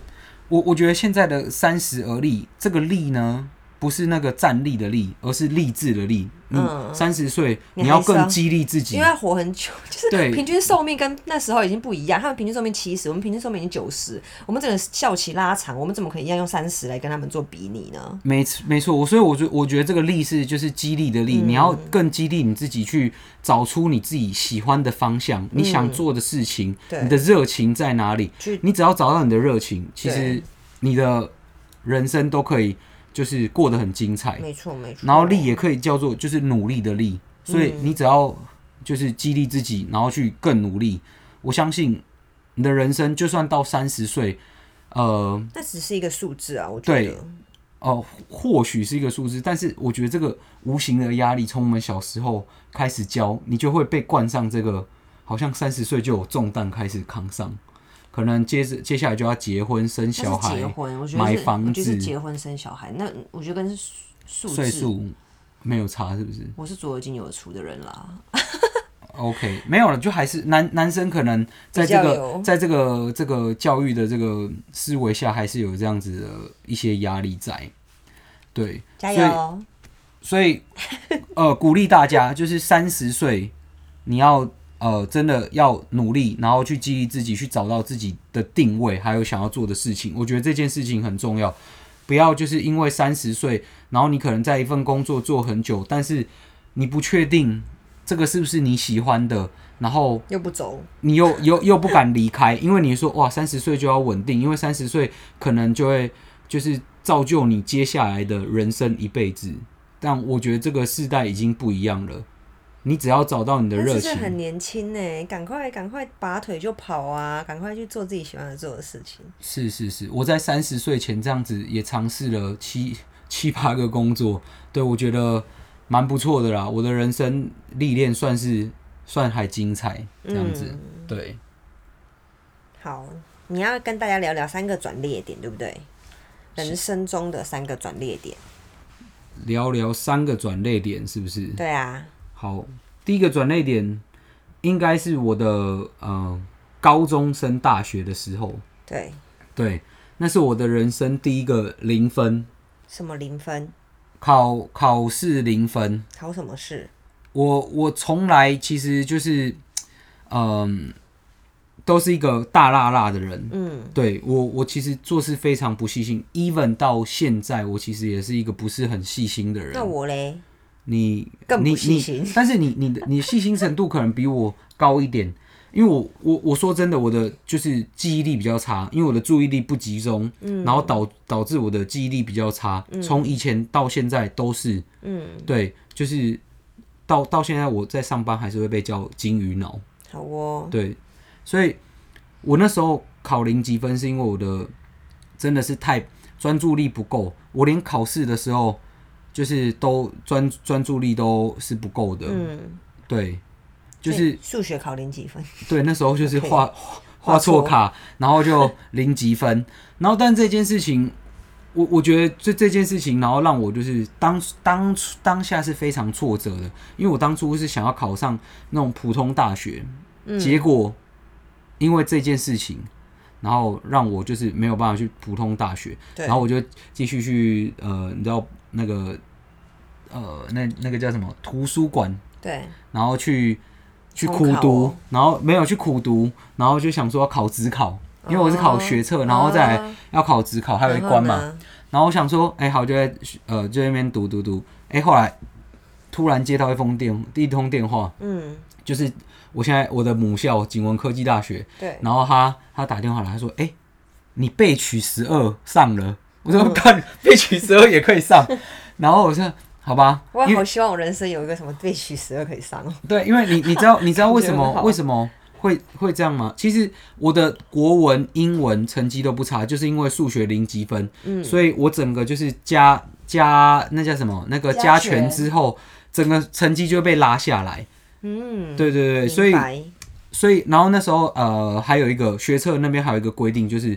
[SPEAKER 2] 我我觉得现在的三十而立，这个立呢，不是那个站立的立，而是励志的励。嗯，
[SPEAKER 1] 嗯
[SPEAKER 2] 三十岁
[SPEAKER 1] 你
[SPEAKER 2] 你要
[SPEAKER 1] 还是要
[SPEAKER 2] 更激励自己
[SPEAKER 1] 因为。要活很久， *laughs* 就是
[SPEAKER 2] 嗯对
[SPEAKER 1] 平均寿命跟那时候已经不一样。他们平均寿命七十，我们平均寿命已经九十，我们整个校期拉长，我们怎么可以一样用三十来跟他们做比拟呢？
[SPEAKER 2] 没错没错，我所以我觉我觉得这个励是就是激励的励，你
[SPEAKER 1] 嗯
[SPEAKER 2] 要更激励你自己去找出你自己喜欢的方向，你想做的事情，
[SPEAKER 1] 嗯对
[SPEAKER 2] 你的热情在哪里
[SPEAKER 1] 去？
[SPEAKER 2] 你只要找到你的热情，其实
[SPEAKER 1] 对
[SPEAKER 2] 你的人生都可以就是过得很精彩。
[SPEAKER 1] 没错，没错。
[SPEAKER 2] 然后力也可以叫做就是努力的力，
[SPEAKER 1] 嗯
[SPEAKER 2] 所以你只要就是激励自己，然后去更努力，我相信你的人生就算到三十岁，呃
[SPEAKER 1] 那只是一个数字啊，我觉
[SPEAKER 2] 对
[SPEAKER 1] 得。
[SPEAKER 2] 呃，或许是一个数字，但是我觉得这个无形的压力从我们小时候开始教，你就会被冠上这个好像三十岁就有重担开始扛上，可能接着接下来就要结婚生
[SPEAKER 1] 那
[SPEAKER 2] 小
[SPEAKER 1] 是
[SPEAKER 2] 孩
[SPEAKER 1] 结，婚，我觉
[SPEAKER 2] 买
[SPEAKER 1] 得是，
[SPEAKER 2] 房
[SPEAKER 1] 我觉得
[SPEAKER 2] 子
[SPEAKER 1] 是结婚生小孩。那我觉得跟数数
[SPEAKER 2] 岁
[SPEAKER 1] 字，
[SPEAKER 2] 数没有差是不是？
[SPEAKER 1] 我是左有进右有出的人啦。
[SPEAKER 2] OK，没有了，就还是男男生可能在这
[SPEAKER 1] 比较
[SPEAKER 2] 个
[SPEAKER 1] 有
[SPEAKER 2] 在这个这个教育的这个思维下，还是有这样子的一些压力在。对，
[SPEAKER 1] 加油哦！
[SPEAKER 2] 所以呃，鼓励大家就是三十岁，你要呃真的要努力，然后去激励自己，去找到自己的定位，还有想要做的事情。我觉得这件事情很重要，不要就是因为三十岁，然后你可能在一份工作做很久，但是你不确定这个是不是你喜欢的，然后
[SPEAKER 1] 又不走，
[SPEAKER 2] 你又又又不敢离开，因为你说哇，三十岁就要稳定，因为三十岁可能就会就是造就你接下来的人生一辈子。但我觉得这个世代已经不一样了，你只要找到你的
[SPEAKER 1] 但
[SPEAKER 2] 热
[SPEAKER 1] 是这
[SPEAKER 2] 情，
[SPEAKER 1] 很年轻呢、赶快赶快拔腿就跑啊，赶快去做自己喜欢的做的事情。
[SPEAKER 2] 是是是，我在三十岁前这样子也尝试了七七八个工作，对我觉得蛮不错的啦。我的人生历练算是算还精彩，这样子、
[SPEAKER 1] 嗯
[SPEAKER 2] 对。
[SPEAKER 1] 好，你要跟大家聊聊三个转捩点，对不对？人生中的三个转捩点，
[SPEAKER 2] 聊聊三个转类点是不是？
[SPEAKER 1] 对啊，
[SPEAKER 2] 好，第一个转类点应该是我的呃高中升大学的时候，
[SPEAKER 1] 对，
[SPEAKER 2] 对，那是我的人生第一个零分，
[SPEAKER 1] 什么零分，
[SPEAKER 2] 考考试零分。
[SPEAKER 1] 考什么试？
[SPEAKER 2] 我我从来其实就是，嗯、都是一个大辣辣的人。
[SPEAKER 1] 嗯，
[SPEAKER 2] 对我，我其实做事非常不细心，even 到现在，我其实也是一个不是很细心的人。
[SPEAKER 1] 那我嘞，
[SPEAKER 2] 你
[SPEAKER 1] 更不
[SPEAKER 2] 你
[SPEAKER 1] 细心
[SPEAKER 2] 你，但是你你的你细心程度可能比我高一点，因为我我我说真的，我的就是记忆力比较差，因为我的注意力不集中，
[SPEAKER 1] 嗯
[SPEAKER 2] 然后导导致我的记忆力比较差，从以前到现在都是，
[SPEAKER 1] 嗯，
[SPEAKER 2] 对，就是到到现在我在上班还是会被叫金鱼脑，
[SPEAKER 1] 好哦，
[SPEAKER 2] 对，所以我那时候考零积分是因为我的真的是太专注力不够，我连考试的时候就是都专专注力都是不够的，
[SPEAKER 1] 嗯，
[SPEAKER 2] 对，就
[SPEAKER 1] 所以
[SPEAKER 2] 是
[SPEAKER 1] 数学考零几
[SPEAKER 2] *laughs*
[SPEAKER 1] 分？
[SPEAKER 2] 对那时候就是
[SPEAKER 1] OK
[SPEAKER 2] 画画画错卡，然后就零积分，然后但这件事情。我我觉得这这件事情，然后让我就是当当当下是非常挫折的，因为我当初是想要考上那种普通大学，
[SPEAKER 1] 嗯，
[SPEAKER 2] 结果因为这件事情，然后让我就是没有办法去普通大学，
[SPEAKER 1] 对
[SPEAKER 2] 然后我就继续去呃，你知道那个呃，那那个叫什么图书馆，
[SPEAKER 1] 对，
[SPEAKER 2] 然后去去
[SPEAKER 1] 重
[SPEAKER 2] 苦
[SPEAKER 1] 考
[SPEAKER 2] 读
[SPEAKER 1] 哦，
[SPEAKER 2] 然后没有去苦读，然后就想说要考职考，因为我是考学测，然后再来要考职考，还有一关嘛，
[SPEAKER 1] 哦啊然后呢？
[SPEAKER 2] 然后我想说，哎、好，就在呃就在那边读读读，哎、后来突然接到一封电一通电话，
[SPEAKER 1] 嗯，
[SPEAKER 2] 就是我现在我的母校景文科技大学，
[SPEAKER 1] 对，
[SPEAKER 2] 然后他他打电话来，他说：“哎、你被取十二上了。”
[SPEAKER 1] 哦
[SPEAKER 2] 我说：“看被取十二也可以上。”
[SPEAKER 1] *laughs*
[SPEAKER 2] 然后我说：“好吧，
[SPEAKER 1] 我
[SPEAKER 2] 因
[SPEAKER 1] 也好
[SPEAKER 2] 为
[SPEAKER 1] 希望我人生有一个什么被取十二可以上哦。
[SPEAKER 2] 对，因为你你知道
[SPEAKER 1] *laughs*
[SPEAKER 2] 你知道为什
[SPEAKER 1] 感觉很
[SPEAKER 2] 么
[SPEAKER 1] 好
[SPEAKER 2] 为什么会会这样吗？其实我的国文、英文成绩都不差，就是因为数学零积分，
[SPEAKER 1] 嗯
[SPEAKER 2] 所以我整个就是加加那叫什么那个
[SPEAKER 1] 加
[SPEAKER 2] 加
[SPEAKER 1] 权
[SPEAKER 2] 权之后，整个成绩就被拉下来。
[SPEAKER 1] 嗯，
[SPEAKER 2] 对对对，所以
[SPEAKER 1] 明白
[SPEAKER 2] 所以，然后那时候呃，还有一个学测那边还有一个规定，就是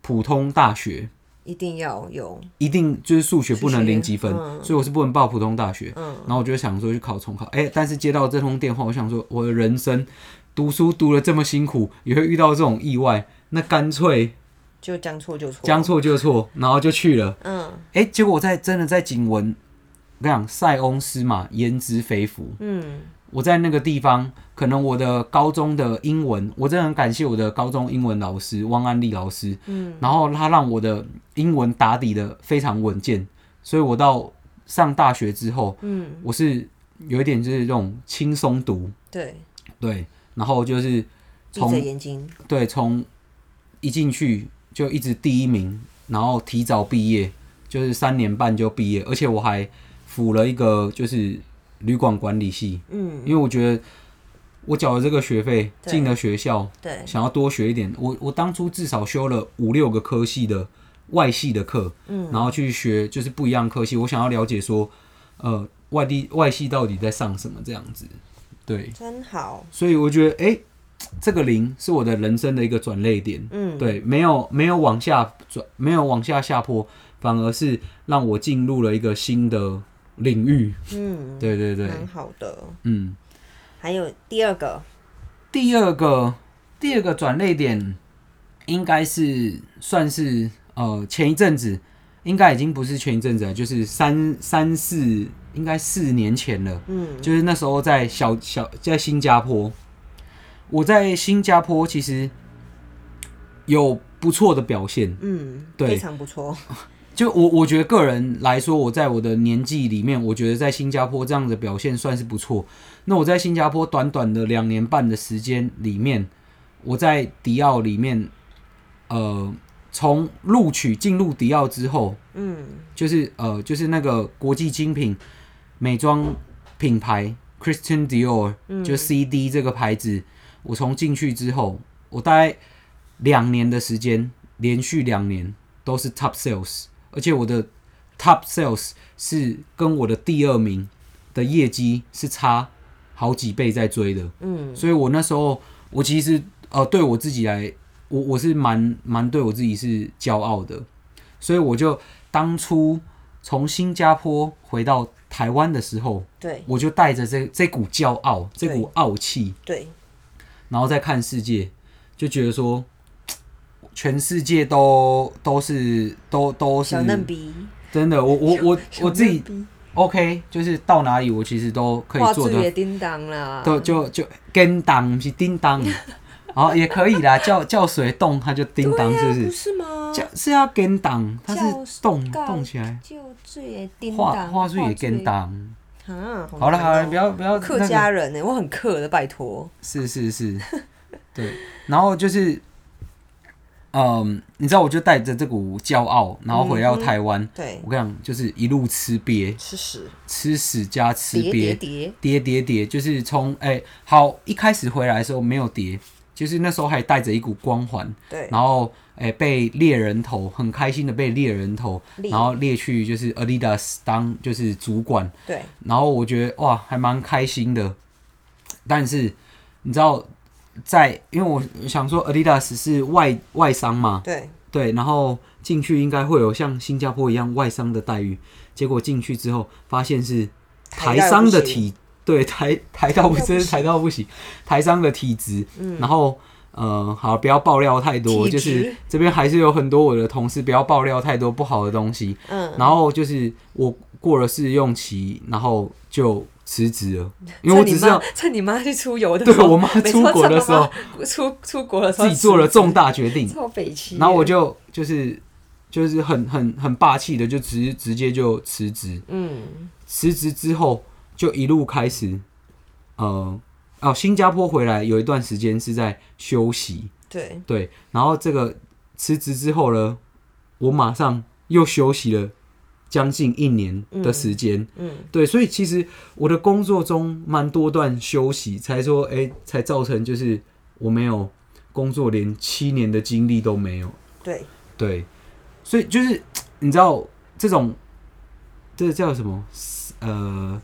[SPEAKER 2] 普通大学
[SPEAKER 1] 一定要有，
[SPEAKER 2] 一定就是数学不
[SPEAKER 1] 数
[SPEAKER 2] 能
[SPEAKER 1] 学
[SPEAKER 2] 零积分，
[SPEAKER 1] 嗯
[SPEAKER 2] 所以我是不能报普通大学。
[SPEAKER 1] 嗯，
[SPEAKER 2] 然后我就想说去考重考，哎、但是接到这通电话，我想说我的人生读书读了这么辛苦，也会遇到这种意外，那干脆
[SPEAKER 1] 就将错就错，
[SPEAKER 2] 将，错就错，然后就去了。
[SPEAKER 1] 嗯
[SPEAKER 2] 哎、结果我在真的在景文，我跟你讲，塞翁失马，焉知非福。
[SPEAKER 1] 嗯，
[SPEAKER 2] 我在那个地方，可能我的高中的英文，我真的很感谢我的高中英文老师汪安利老师，嗯，然后他让我的英文打底的非常稳健，所以我到上大学之后，嗯，我是有一点就是这种轻松读，
[SPEAKER 1] 对，
[SPEAKER 2] 对，然后就是
[SPEAKER 1] 闭着
[SPEAKER 2] 从
[SPEAKER 1] 眼睛，
[SPEAKER 2] 对从一进去就一直第一名，然后提早毕业，就是三年半就毕业，而且我还辅了一个就是旅馆管理系。
[SPEAKER 1] 嗯，
[SPEAKER 2] 因为我觉得我缴了这个学费，
[SPEAKER 1] 对
[SPEAKER 2] 进了学校，
[SPEAKER 1] 对，
[SPEAKER 2] 想要多学一点。我我当初至少修了五六个科系的外系的课，嗯，然后去学就是不一样科系。我想要了解说，呃，外地外系到底在上什么这样子。对，
[SPEAKER 1] 真好，
[SPEAKER 2] 所以我觉得，哎、这个零是我的人生的一个转泪点。
[SPEAKER 1] 嗯，
[SPEAKER 2] 对，没有没有往下转，没有往下下坡，反而是让我进入了一个新的领域。
[SPEAKER 1] 嗯，
[SPEAKER 2] 对对对，
[SPEAKER 1] 蛮好的。
[SPEAKER 2] 嗯。
[SPEAKER 1] 还有第二个，
[SPEAKER 2] 第二个第二个转类点应该是算是呃前一阵子，应该已经不是前一阵子了，就是三三四应该四年前了，
[SPEAKER 1] 嗯，
[SPEAKER 2] 就是那时候在小小在新加坡，我在新加坡其实有不错的表现，
[SPEAKER 1] 嗯，
[SPEAKER 2] 对
[SPEAKER 1] 非常不错，
[SPEAKER 2] 就我我觉得个人来说，我在我的年纪里面，我觉得在新加坡这样的表现算是不错。那我在新加坡短短的两年半的时间里面，我在迪奥里面，呃，从录取进入迪奥之后，
[SPEAKER 1] 嗯，
[SPEAKER 2] 就是呃，就是那个国际精品美妆品牌 Christian Dior，就 CD 这个牌子，我从进去之后，我大概两年的时间，连续两年都是 Top Sales，而且我的 Top Sales 是跟我的第二名的业绩是差好几倍在追的。嗯，所以我那时候我其实呃对我自己来，我我是蛮蛮对我自己是骄傲的，所以我就当初从新加坡回到台湾的时候，
[SPEAKER 1] 对
[SPEAKER 2] 我就带着这这股骄傲、这股傲气，
[SPEAKER 1] 对，
[SPEAKER 2] 然后再看世界，就觉得说，全世界都都是都都是
[SPEAKER 1] 小嫩逼，
[SPEAKER 2] 真的，我我我我自己
[SPEAKER 3] 小嫩逼
[SPEAKER 2] OK，就是到哪里我其实都可
[SPEAKER 1] 画
[SPEAKER 2] 以做
[SPEAKER 1] 质也
[SPEAKER 2] 的，
[SPEAKER 1] 叮当啦，
[SPEAKER 2] 都就就叮当不是
[SPEAKER 1] *laughs*
[SPEAKER 2] 叮当，然后也可以啦，叫叫水动它就叮当，是不
[SPEAKER 1] 啊哦不
[SPEAKER 2] 是？
[SPEAKER 1] 是吗？
[SPEAKER 2] 叫是要叮当，它
[SPEAKER 1] 叫
[SPEAKER 2] 是动
[SPEAKER 1] 到
[SPEAKER 2] 动起来，
[SPEAKER 1] 就这也叮
[SPEAKER 2] 画
[SPEAKER 1] 当，
[SPEAKER 2] 画术也
[SPEAKER 1] 叮
[SPEAKER 2] 叮当。
[SPEAKER 1] 啊，
[SPEAKER 2] 好了
[SPEAKER 1] 难
[SPEAKER 2] 好了，
[SPEAKER 1] 哦
[SPEAKER 2] 不要不要
[SPEAKER 1] 客
[SPEAKER 2] 那个
[SPEAKER 1] 家人欸呢、我很客的，拜托。
[SPEAKER 2] 是是是，对。然后就是，嗯，你知道，我就带着这股骄傲，然后回到台湾。
[SPEAKER 1] 对，
[SPEAKER 2] 我跟你讲，就是一路吃瘪，
[SPEAKER 1] 吃屎，
[SPEAKER 2] 吃屎加吃
[SPEAKER 1] 叠叠
[SPEAKER 2] 瘪，
[SPEAKER 1] 叠，
[SPEAKER 2] 跌跌跌，就是从哎、好一开始回来的时候没有跌，就是那时候还带着一股光环，
[SPEAKER 1] 对，
[SPEAKER 2] 然后哎、被猎人头，很开心的被猎人头，
[SPEAKER 1] 猎
[SPEAKER 2] 然后猎去就是 Adidas 当就是主管，
[SPEAKER 1] 对，
[SPEAKER 2] 然后我觉得哇，还蛮开心的。但是你知道，在因为我想说，Adidas 是外外商嘛，
[SPEAKER 1] 对，
[SPEAKER 2] 对，然后进去应该会有像新加坡一样外商的待遇。结果进去之后，发现是台商的体，对台台到
[SPEAKER 1] 台到
[SPEAKER 2] 不
[SPEAKER 1] 不嗯
[SPEAKER 2] 真是台到不行，台商的体质。然后呃，好，不要爆料太多，
[SPEAKER 1] 体
[SPEAKER 2] 就
[SPEAKER 1] 质
[SPEAKER 2] 是这边还是有很多我的同事不要爆料太多不好的东西。
[SPEAKER 1] 嗯，
[SPEAKER 2] 然后就是我过了试用期，然后就辞职了，因为我只是要
[SPEAKER 1] 趁你妈去出游的时
[SPEAKER 2] 对
[SPEAKER 1] 候，
[SPEAKER 2] 我妈
[SPEAKER 1] 每
[SPEAKER 2] 出
[SPEAKER 1] 次都
[SPEAKER 2] 国的
[SPEAKER 1] 趁
[SPEAKER 2] 时候
[SPEAKER 1] 妈妈出出国的时候
[SPEAKER 2] 自己做了重大决定，
[SPEAKER 1] 超北齐，
[SPEAKER 2] 然后我就就是就是很很很霸气的就直直接就辞职，
[SPEAKER 1] 嗯，
[SPEAKER 2] 辞职之后就一路开始，呃，哦，新加坡回来有一段时间是在休息，
[SPEAKER 1] 对，
[SPEAKER 2] 对，然后这个辞职之后呢，我马上又休息了将近一年的时间。
[SPEAKER 1] 嗯，
[SPEAKER 2] 对，所以其实我的工作中蛮多段休息，才说哎、才造成就是我没有工作，连七年的经历都没有。
[SPEAKER 1] 对，
[SPEAKER 2] 对，所以就是你知道这种这叫什么？呃，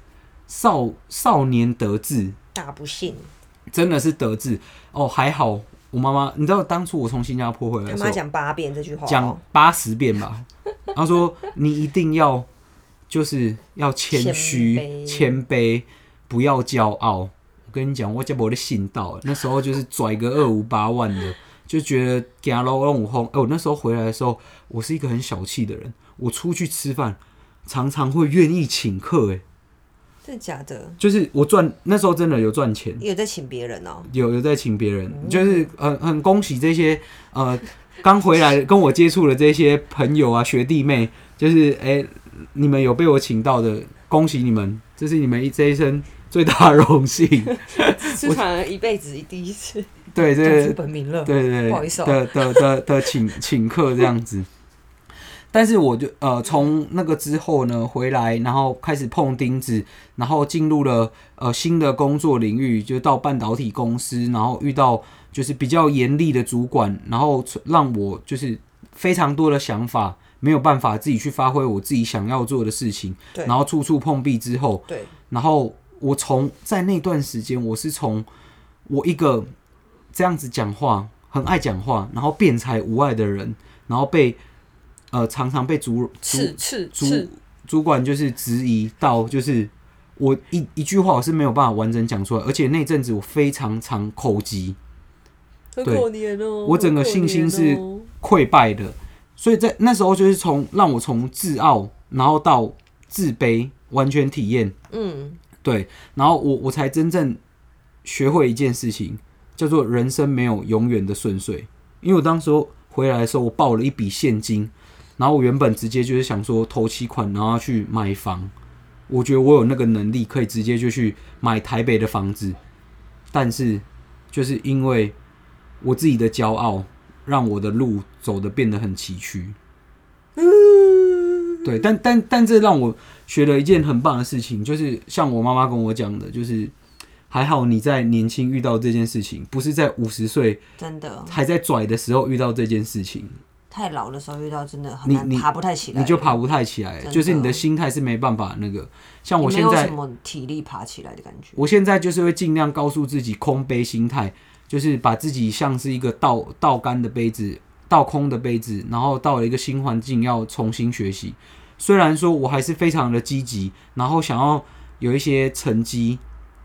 [SPEAKER 2] 少少年得志，
[SPEAKER 1] 大不幸，
[SPEAKER 2] 真的是得志哦。还好我妈妈，你知道当初我从新加坡回来
[SPEAKER 1] 他
[SPEAKER 2] 的时
[SPEAKER 1] 妈
[SPEAKER 2] 候，
[SPEAKER 1] 讲八遍这句话、
[SPEAKER 2] 讲
[SPEAKER 1] 哦，
[SPEAKER 2] 八十
[SPEAKER 1] *laughs*
[SPEAKER 2] 遍吧。他说你一定要就是要谦虚、
[SPEAKER 1] 谦卑
[SPEAKER 2] 谦卑，不要骄傲。我跟你讲，我这我的信道，那时候就是拽个二五八万的，就觉得给他捞弄五红。哎、我那时候回来的时候，我是一个很小气的人，我出去吃饭常常会愿意请客、哎，
[SPEAKER 1] 真的假的？
[SPEAKER 2] 就是我赚那时候真的有赚钱。
[SPEAKER 1] 有在请别人哦、
[SPEAKER 2] 有有在请别人，就是很很恭喜这些呃刚回来跟我接触的这些朋友啊学弟妹，就是哎、你们有被我请到的，恭喜你们，这是你们一这一生最大的荣幸。 *laughs*
[SPEAKER 3] 吃完一辈子第一次，
[SPEAKER 2] 对，这
[SPEAKER 1] 讲
[SPEAKER 2] 个
[SPEAKER 1] 出本名了，
[SPEAKER 2] 对对对，
[SPEAKER 1] 不好意思哦
[SPEAKER 2] 的的的的请请客这样子。 *laughs* 但是我就呃，从那个之后呢，回来，然后开始碰钉子，然后进入了呃新的工作领域，就到半导体公司，然后遇到就是比较严厉的主管，然后让我就是非常多的想法，没有办法自己去发挥我自己想要做的事情，
[SPEAKER 1] 对
[SPEAKER 2] 然后处处碰壁之后，
[SPEAKER 1] 对，
[SPEAKER 2] 然后我从在那段时间，我是从我一个这样子讲话，很爱讲话，然后辩才无碍的人，然后被呃常常被主主
[SPEAKER 3] 刺刺
[SPEAKER 2] 主
[SPEAKER 3] 刺，
[SPEAKER 2] 主管就是质疑到，就是我一一句话我是没有办法完整讲出来，而且那阵子我非常常口疾，
[SPEAKER 3] 很
[SPEAKER 2] 对
[SPEAKER 3] 可怜哦。
[SPEAKER 2] 我整个
[SPEAKER 3] 很可
[SPEAKER 2] 信心
[SPEAKER 3] 怜
[SPEAKER 2] 是
[SPEAKER 3] 哦
[SPEAKER 2] 溃败的，所以在那时候就是从让我从自傲，然后到自卑，完全体验。
[SPEAKER 1] 嗯，
[SPEAKER 2] 对，然后我我才真正学会一件事情，叫做人生没有永远的顺遂。因为我当时候回来的时候，我报了一笔现金，然后我原本直接就是想说投期款，然后要去买房。我觉得我有那个能力，可以直接就去买台北的房子，但是就是因为我自己的骄傲，让我的路走得变得很崎岖。
[SPEAKER 1] 嗯
[SPEAKER 2] 对，但但但这让我学了一件很棒的事情，就是像我妈妈跟我讲的，就是还好你在年轻遇到这件事情，不是在五十岁
[SPEAKER 1] 真的
[SPEAKER 2] 还在拽的时候遇到这件事情，
[SPEAKER 1] 太老的时候遇到真的很
[SPEAKER 2] 你
[SPEAKER 1] 难
[SPEAKER 2] 你
[SPEAKER 1] 爬不太起来，
[SPEAKER 2] 你就爬不太起来，
[SPEAKER 1] 真的
[SPEAKER 2] 就是你的心态是没办法那个。像我
[SPEAKER 1] 你没
[SPEAKER 2] 现
[SPEAKER 1] 有
[SPEAKER 2] 在
[SPEAKER 1] 什，么体力爬起来的感觉。
[SPEAKER 2] 我现在就是会尽量告诉自己空杯心态，就是把自己像是一个倒倒干的杯子，倒空的杯子，然后到了一个新环境要重新学习。虽然说我还是非常的积极，然后想要有一些成绩，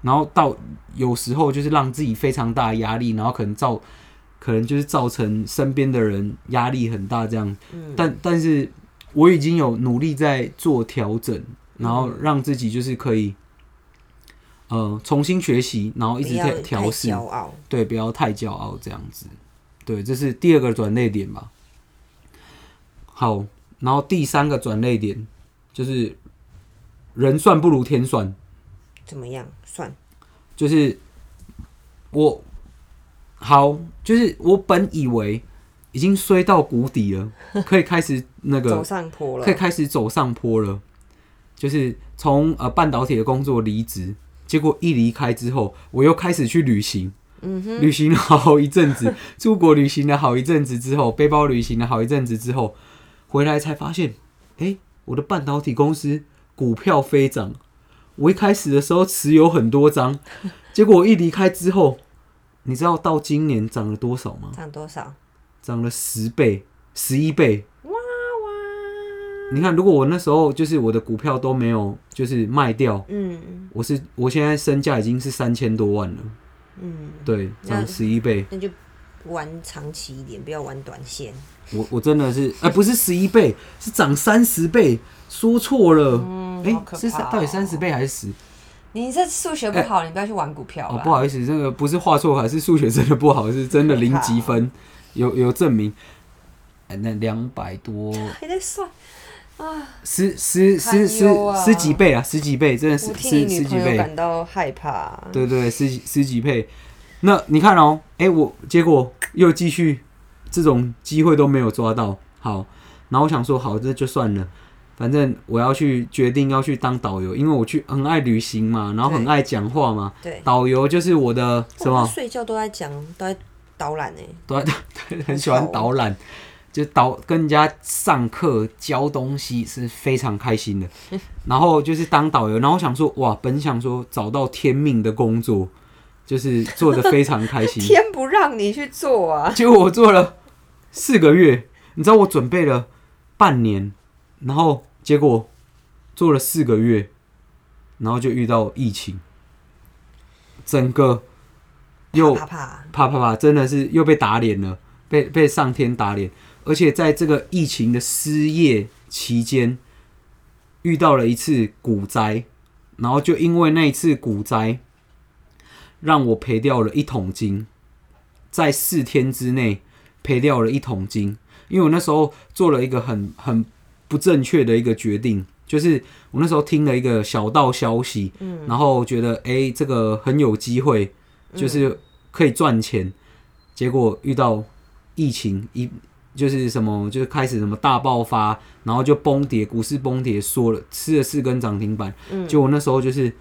[SPEAKER 2] 然后到有时候就是让自己非常大的压力，然后可能造可能就是造成身边的人压力很大这样。
[SPEAKER 1] 嗯
[SPEAKER 2] 但但是我已经有努力在做调整，然
[SPEAKER 1] 嗯
[SPEAKER 2] 后让自己就是可以。呃，重新学习，然后一
[SPEAKER 1] 不
[SPEAKER 2] 直
[SPEAKER 1] 要
[SPEAKER 2] 在
[SPEAKER 1] 太
[SPEAKER 2] 调试，
[SPEAKER 1] 骄傲，
[SPEAKER 2] 对，不要太骄傲这样子。对，这是第二个转捩点吧。好，然后第三个转捩点就是人算不如天算，
[SPEAKER 1] 怎么样？算
[SPEAKER 2] 就是我好，就是我本以为已经衰到谷底了，可以开始那个
[SPEAKER 1] 走上坡了
[SPEAKER 2] 可以，开始走上坡了。就是从呃半导体的工作离职，结果一离开之后，我又开始去旅行。嗯哼，旅行了好一阵子，出国旅行了好一阵子之后，背包旅行了好一阵子之后，回来才发现，哎、我的半导体公司股票飞涨。我一开始的时候持有很多张，结果我一离开之后，你知道到今年涨了多少吗？
[SPEAKER 1] 涨多少？
[SPEAKER 2] 涨了十倍、十一倍。你看，如果我那时候就是我的股票都没有就是卖掉，
[SPEAKER 1] 嗯，
[SPEAKER 2] 我是我现在身价已经是三千多万了。嗯，对，涨十一倍，
[SPEAKER 1] 那就玩长期一点，不要玩短线。
[SPEAKER 2] 我我真的是，哎、不是十一倍，是涨三十倍，说错了。哎、
[SPEAKER 1] 好可
[SPEAKER 2] 是
[SPEAKER 1] 怕哦
[SPEAKER 2] 到底三十倍还是十？
[SPEAKER 1] 你这数学不好，你不要去玩股票
[SPEAKER 2] 哦
[SPEAKER 1] 了。，
[SPEAKER 2] 不好意思，这个不是画错，还是数学真的不好，是真的零积分，有有证明。哎那两百多，
[SPEAKER 1] 还在算，
[SPEAKER 2] 十十十十
[SPEAKER 3] 堪忧啊
[SPEAKER 2] 十几倍啊，十几倍，真的是
[SPEAKER 1] 我替
[SPEAKER 2] 十
[SPEAKER 1] 你女
[SPEAKER 2] 十几
[SPEAKER 1] 朋友
[SPEAKER 2] 倍。
[SPEAKER 1] 感到害怕。
[SPEAKER 2] 对对，十几十几倍。那你看哦，哎、我结果又继续这种机会都没有抓到，好，然后我想说，好，这就算了，反正我要去决定要去当导游，因为我去很爱旅行嘛，然后很
[SPEAKER 1] 对
[SPEAKER 2] 爱讲话嘛，
[SPEAKER 1] 对，
[SPEAKER 2] 导游就是我的什
[SPEAKER 1] 哇
[SPEAKER 2] 么
[SPEAKER 1] 他，睡觉都在讲，都在导览欸呢。
[SPEAKER 2] 都在很喜欢导览，就导跟人家上课教东西是非常开心的。
[SPEAKER 1] 嗯
[SPEAKER 2] 然后就是当导游，然后想说哇，本想说找到天命的工作，就是做的非常
[SPEAKER 1] *laughs*
[SPEAKER 2] 开心。
[SPEAKER 1] 天不让你去做啊！
[SPEAKER 2] 结果我做了四个月，你知道我准备了半年，然后结果做了四个月，然后就遇到疫情，整个又
[SPEAKER 1] 怕怕，
[SPEAKER 2] 啪啪啪，真的是又被打脸了，被被上天打脸。而且在这个疫情的失业期间，遇到了一次股灾，然后就因为那一次股灾，让我赔掉了一桶金，在四天之内赔掉了一桶金。因为我那时候做了一个很很不正确的一个决定，就是我那时候听了一个小道消息，然后觉得诶这个很有机会，就是可以赚钱，结果遇到疫情一。就是什么，就是开始什么大爆发，然后就崩跌，股市崩跌，缩了，吃了四根涨停板。嗯，就我那时候就是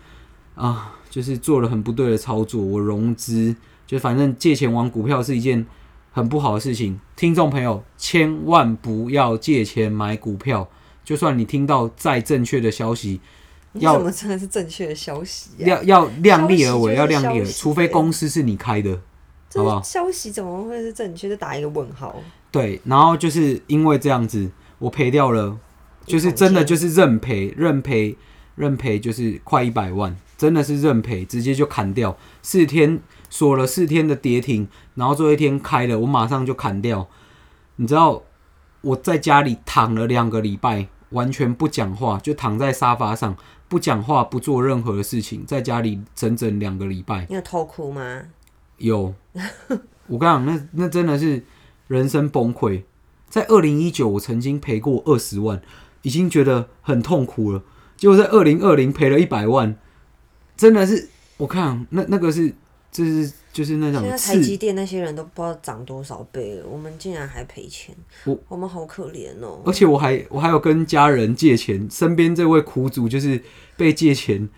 [SPEAKER 2] 啊，就是做了很不对的操作，我融资，就反正借钱玩股票是一件很不好的事情。听众朋友，千万不要借钱买股票，就算你听到再正确的消息，
[SPEAKER 3] 你
[SPEAKER 2] 要
[SPEAKER 3] 怎么真的是正确的消息
[SPEAKER 1] 啊
[SPEAKER 3] 呀、
[SPEAKER 2] 要要量力
[SPEAKER 3] 消息
[SPEAKER 2] 而
[SPEAKER 3] 就
[SPEAKER 2] 为，
[SPEAKER 3] 是
[SPEAKER 2] 要量力而为，
[SPEAKER 3] 消息
[SPEAKER 2] 除非公司是你开的，
[SPEAKER 3] 这
[SPEAKER 2] 好不好？
[SPEAKER 3] 消息怎么会是正确？就打一个问号。
[SPEAKER 2] 对，然后就是因为这样子，我赔掉了，就是真的就是认赔，认赔，认赔，就是快一百万，真的是认赔，直接就砍掉，四天锁了四天的跌停，然后最后一天开了，我马上就砍掉。你知道我在家里躺了两个礼拜，完全不讲话，就躺在沙发上不讲话，不做任何的事情，在家里整整两个礼拜。
[SPEAKER 1] 你有偷哭吗？
[SPEAKER 2] 有， *laughs* 我跟你讲，那那真的是人生崩溃。在二零一九，我曾经赔过二十万，已经觉得很痛苦了。结果在二零二零赔了一百万，真的是我看那那个是这是就是那
[SPEAKER 1] 现
[SPEAKER 2] 种
[SPEAKER 1] 在台积
[SPEAKER 2] 次
[SPEAKER 1] 电那些人都不知道涨多少倍了，我们竟然还赔钱，
[SPEAKER 2] 我
[SPEAKER 1] 我们好可怜哦、
[SPEAKER 2] 而且我还我还有跟家人借钱，身边这位苦主就是被借钱，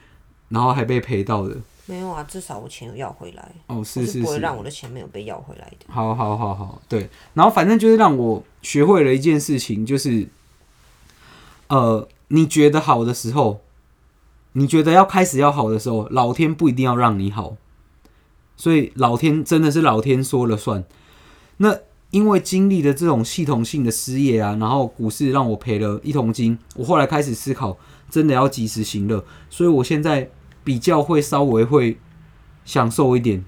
[SPEAKER 2] 然后还被赔到的。
[SPEAKER 1] 没有啊，至少我钱有要回来，
[SPEAKER 2] 哦，
[SPEAKER 1] 我
[SPEAKER 2] 是是
[SPEAKER 1] 不会
[SPEAKER 2] 是，
[SPEAKER 1] 让我的钱没有被要回来的。
[SPEAKER 2] 好好好好，对。然后反正就是让我学会了一件事情，就是，呃，你觉得好的时候，你觉得要开始要好的时候，老天不一定要让你好，所以老天真的是老天说了算。那因为经历了这种系统性的失业啊，然后股市让我赔了一桶金，我后来开始思考，真的要及时行乐，所以我现在比较会稍微会享受一点。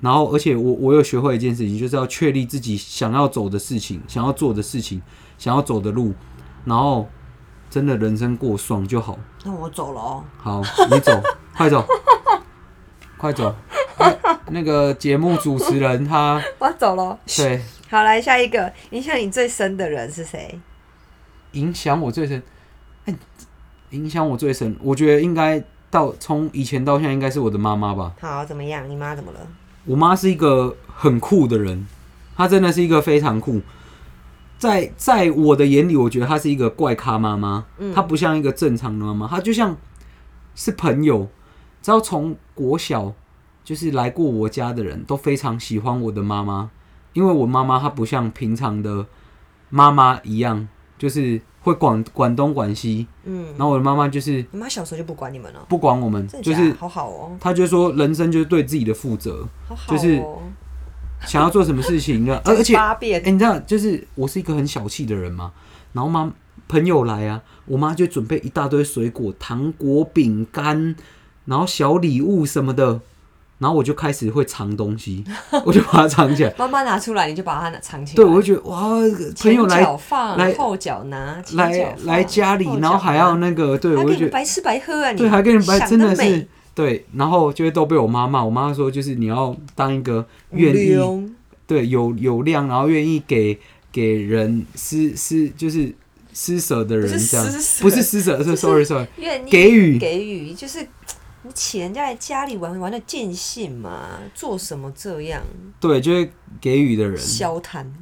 [SPEAKER 2] 然后，而且我我有学会一件事情，就是要确立自己想要走的事情、想要做的事情、想要走的路，然后真的人生过爽就好。
[SPEAKER 1] 那我走了哦、
[SPEAKER 2] 好，你走， *laughs* 快走，快走。那那个节目主持人他
[SPEAKER 3] 我要走
[SPEAKER 1] 哦
[SPEAKER 3] 了。
[SPEAKER 2] 对
[SPEAKER 3] 好，来下一个，影响你最深的人是谁？
[SPEAKER 2] 影响我最深，哎，影响我最深，我觉得应该到从以前到现在应该是我的妈妈吧。
[SPEAKER 3] 好，怎么样？你妈怎么了？
[SPEAKER 2] 我妈是一个很酷的人，她真的是一个非常酷。在在我的眼里，我觉得她是一个怪咖妈妈，她不像一个正常的妈妈，她就像是朋友。只要从国小就是来过我家的人都非常喜欢我的妈妈，因为我妈妈她不像平常的妈妈一样，就是会管管东管西。嗯，然后我的妈妈就是
[SPEAKER 1] 你妈小时候就不管你们了、
[SPEAKER 2] 不管我们，
[SPEAKER 1] 真的
[SPEAKER 2] 就
[SPEAKER 1] 假的
[SPEAKER 2] 是
[SPEAKER 1] 好好哦、
[SPEAKER 2] 她就说人生就是对自己的负责。
[SPEAKER 1] 好好哦、
[SPEAKER 2] 就是想要做什么事情
[SPEAKER 1] *laughs*
[SPEAKER 2] 的，而而且，
[SPEAKER 3] 八
[SPEAKER 2] 哎、
[SPEAKER 3] 遍，
[SPEAKER 2] 你知道，就是我是一个很小气的人嘛，然后妈朋友来啊，我妈就准备一大堆水果、糖果、饼干，然后小礼物什么的，然后我就开始会藏东西，我就把它藏起来。
[SPEAKER 1] 妈妈拿出来，你就把它拿藏起来。
[SPEAKER 2] 对，我就觉得哇，朋友
[SPEAKER 1] 前
[SPEAKER 2] 来
[SPEAKER 1] 脚放
[SPEAKER 2] 来
[SPEAKER 1] 后脚拿，前脚
[SPEAKER 2] 来
[SPEAKER 1] 放
[SPEAKER 2] 来家里
[SPEAKER 1] 后，脚
[SPEAKER 2] 然后还
[SPEAKER 1] 拿
[SPEAKER 2] 要那个，对
[SPEAKER 1] 还
[SPEAKER 2] 我就
[SPEAKER 1] 给
[SPEAKER 2] 觉
[SPEAKER 1] 你
[SPEAKER 2] 得。
[SPEAKER 1] 白吃白喝啊你！
[SPEAKER 2] 对，还跟人白
[SPEAKER 1] 想
[SPEAKER 2] 真的
[SPEAKER 1] 得美
[SPEAKER 2] 是对，然后就会都被我妈骂。我妈说，就是你要当一个愿意
[SPEAKER 3] 溜
[SPEAKER 2] 对有有量，然后愿意给给人施施就是施舍的人
[SPEAKER 3] 不是
[SPEAKER 2] 这样
[SPEAKER 3] 施，舍
[SPEAKER 2] 不是施舍，是 sorry
[SPEAKER 3] *laughs*
[SPEAKER 2] sorry，
[SPEAKER 1] 愿意
[SPEAKER 2] 给予
[SPEAKER 1] 给予，就是你请人家来家里玩玩的尽兴嘛，做什么这样
[SPEAKER 2] 对，就是给予的人。
[SPEAKER 1] 消谈？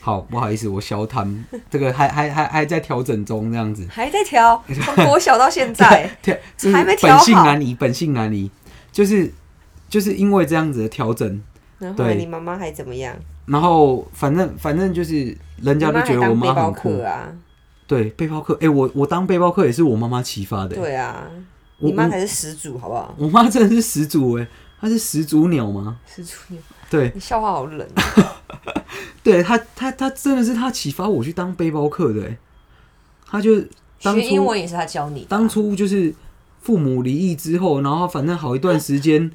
[SPEAKER 2] 好，不好意思，我小谈这个还还还还在调整中这样子，
[SPEAKER 1] 还在
[SPEAKER 2] *laughs*
[SPEAKER 1] 调，从国小到现在
[SPEAKER 2] 调就是
[SPEAKER 1] 还没调
[SPEAKER 2] 本性
[SPEAKER 1] 好
[SPEAKER 2] 难移，本性难移，就是就是因为这样子的调整，
[SPEAKER 3] 然后
[SPEAKER 2] 对
[SPEAKER 3] 你妈妈还怎么样？
[SPEAKER 2] 然后反正反正就是人
[SPEAKER 3] 你
[SPEAKER 2] 家都
[SPEAKER 3] 妈还
[SPEAKER 2] 觉得我
[SPEAKER 3] 当背
[SPEAKER 2] 妈
[SPEAKER 3] 包
[SPEAKER 2] 很酷
[SPEAKER 3] 客，啊？
[SPEAKER 2] 对背包客，哎、我我当背包客也是我妈妈启发的、
[SPEAKER 3] 对啊，
[SPEAKER 2] 我
[SPEAKER 3] 你妈
[SPEAKER 2] 我
[SPEAKER 3] 才是始祖，好不好？
[SPEAKER 2] 我妈真的是始祖哎、她是始祖鸟吗？
[SPEAKER 3] 始祖，你
[SPEAKER 2] 对，
[SPEAKER 3] 你笑话好冷。
[SPEAKER 2] 对他，他他真的是他启发我去当背包客的欸，他就当
[SPEAKER 1] 学英
[SPEAKER 2] 初
[SPEAKER 1] 文也是他教你的啊，
[SPEAKER 2] 当初就是父母离异之后，然后反正好一段时间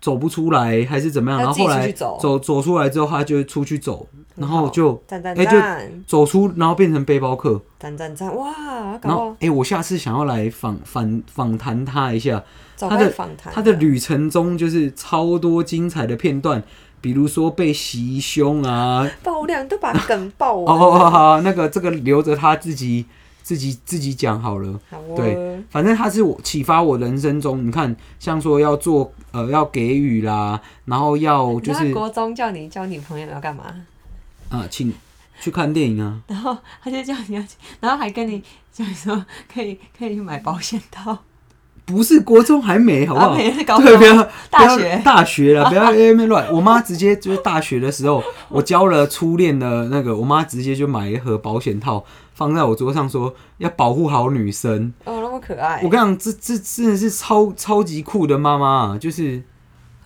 [SPEAKER 2] 走不出来还是怎么样，
[SPEAKER 3] 他
[SPEAKER 2] 然后
[SPEAKER 3] 自己
[SPEAKER 2] 后来
[SPEAKER 3] 出去走
[SPEAKER 2] 走走出来之后，他就出去走，然后
[SPEAKER 3] 好
[SPEAKER 2] 就
[SPEAKER 3] 赞赞
[SPEAKER 2] 哎就
[SPEAKER 3] 赞
[SPEAKER 2] 走出，然后变成背包客，
[SPEAKER 3] 赞赞赞！哇，
[SPEAKER 2] 然
[SPEAKER 3] 搞哦
[SPEAKER 2] 后
[SPEAKER 3] 到
[SPEAKER 2] 哎、我下次想要来访访访谈他一下，
[SPEAKER 3] 找
[SPEAKER 2] 他
[SPEAKER 3] 开
[SPEAKER 2] 的
[SPEAKER 3] 访谈啊，
[SPEAKER 2] 他的旅程中就是超多精彩的片段。比如说被袭胸啊，
[SPEAKER 3] 爆料你都把梗爆
[SPEAKER 2] *laughs* 哦
[SPEAKER 3] 完了。
[SPEAKER 2] 哦哦，好，那个这个留着他自己自己自己讲好了。
[SPEAKER 3] 好哦，
[SPEAKER 2] 对反正他是我启发我人生中，你看，像说要做呃要给予啦，然后要就
[SPEAKER 3] 哎那
[SPEAKER 2] 是
[SPEAKER 3] 国中叫你交女朋友要干嘛？ *laughs*
[SPEAKER 2] 呃请去看电影啊，
[SPEAKER 3] 然后他就叫你要，然后还跟你讲说可以可以去买保险套，
[SPEAKER 2] 不是国中还没好不好
[SPEAKER 3] 啊没？搞
[SPEAKER 2] 对，不
[SPEAKER 3] 什么
[SPEAKER 2] 要
[SPEAKER 3] 大
[SPEAKER 2] 不要
[SPEAKER 3] 学
[SPEAKER 2] 大学了，不要在那边乱。我妈直接就是大学的时候，我交了初恋的那个，我妈直接就买一盒保险套放在我桌上说要保护好女生。
[SPEAKER 3] 哦，那么可爱。
[SPEAKER 2] 我跟你讲，这这真的是超超级酷的妈妈啊，就是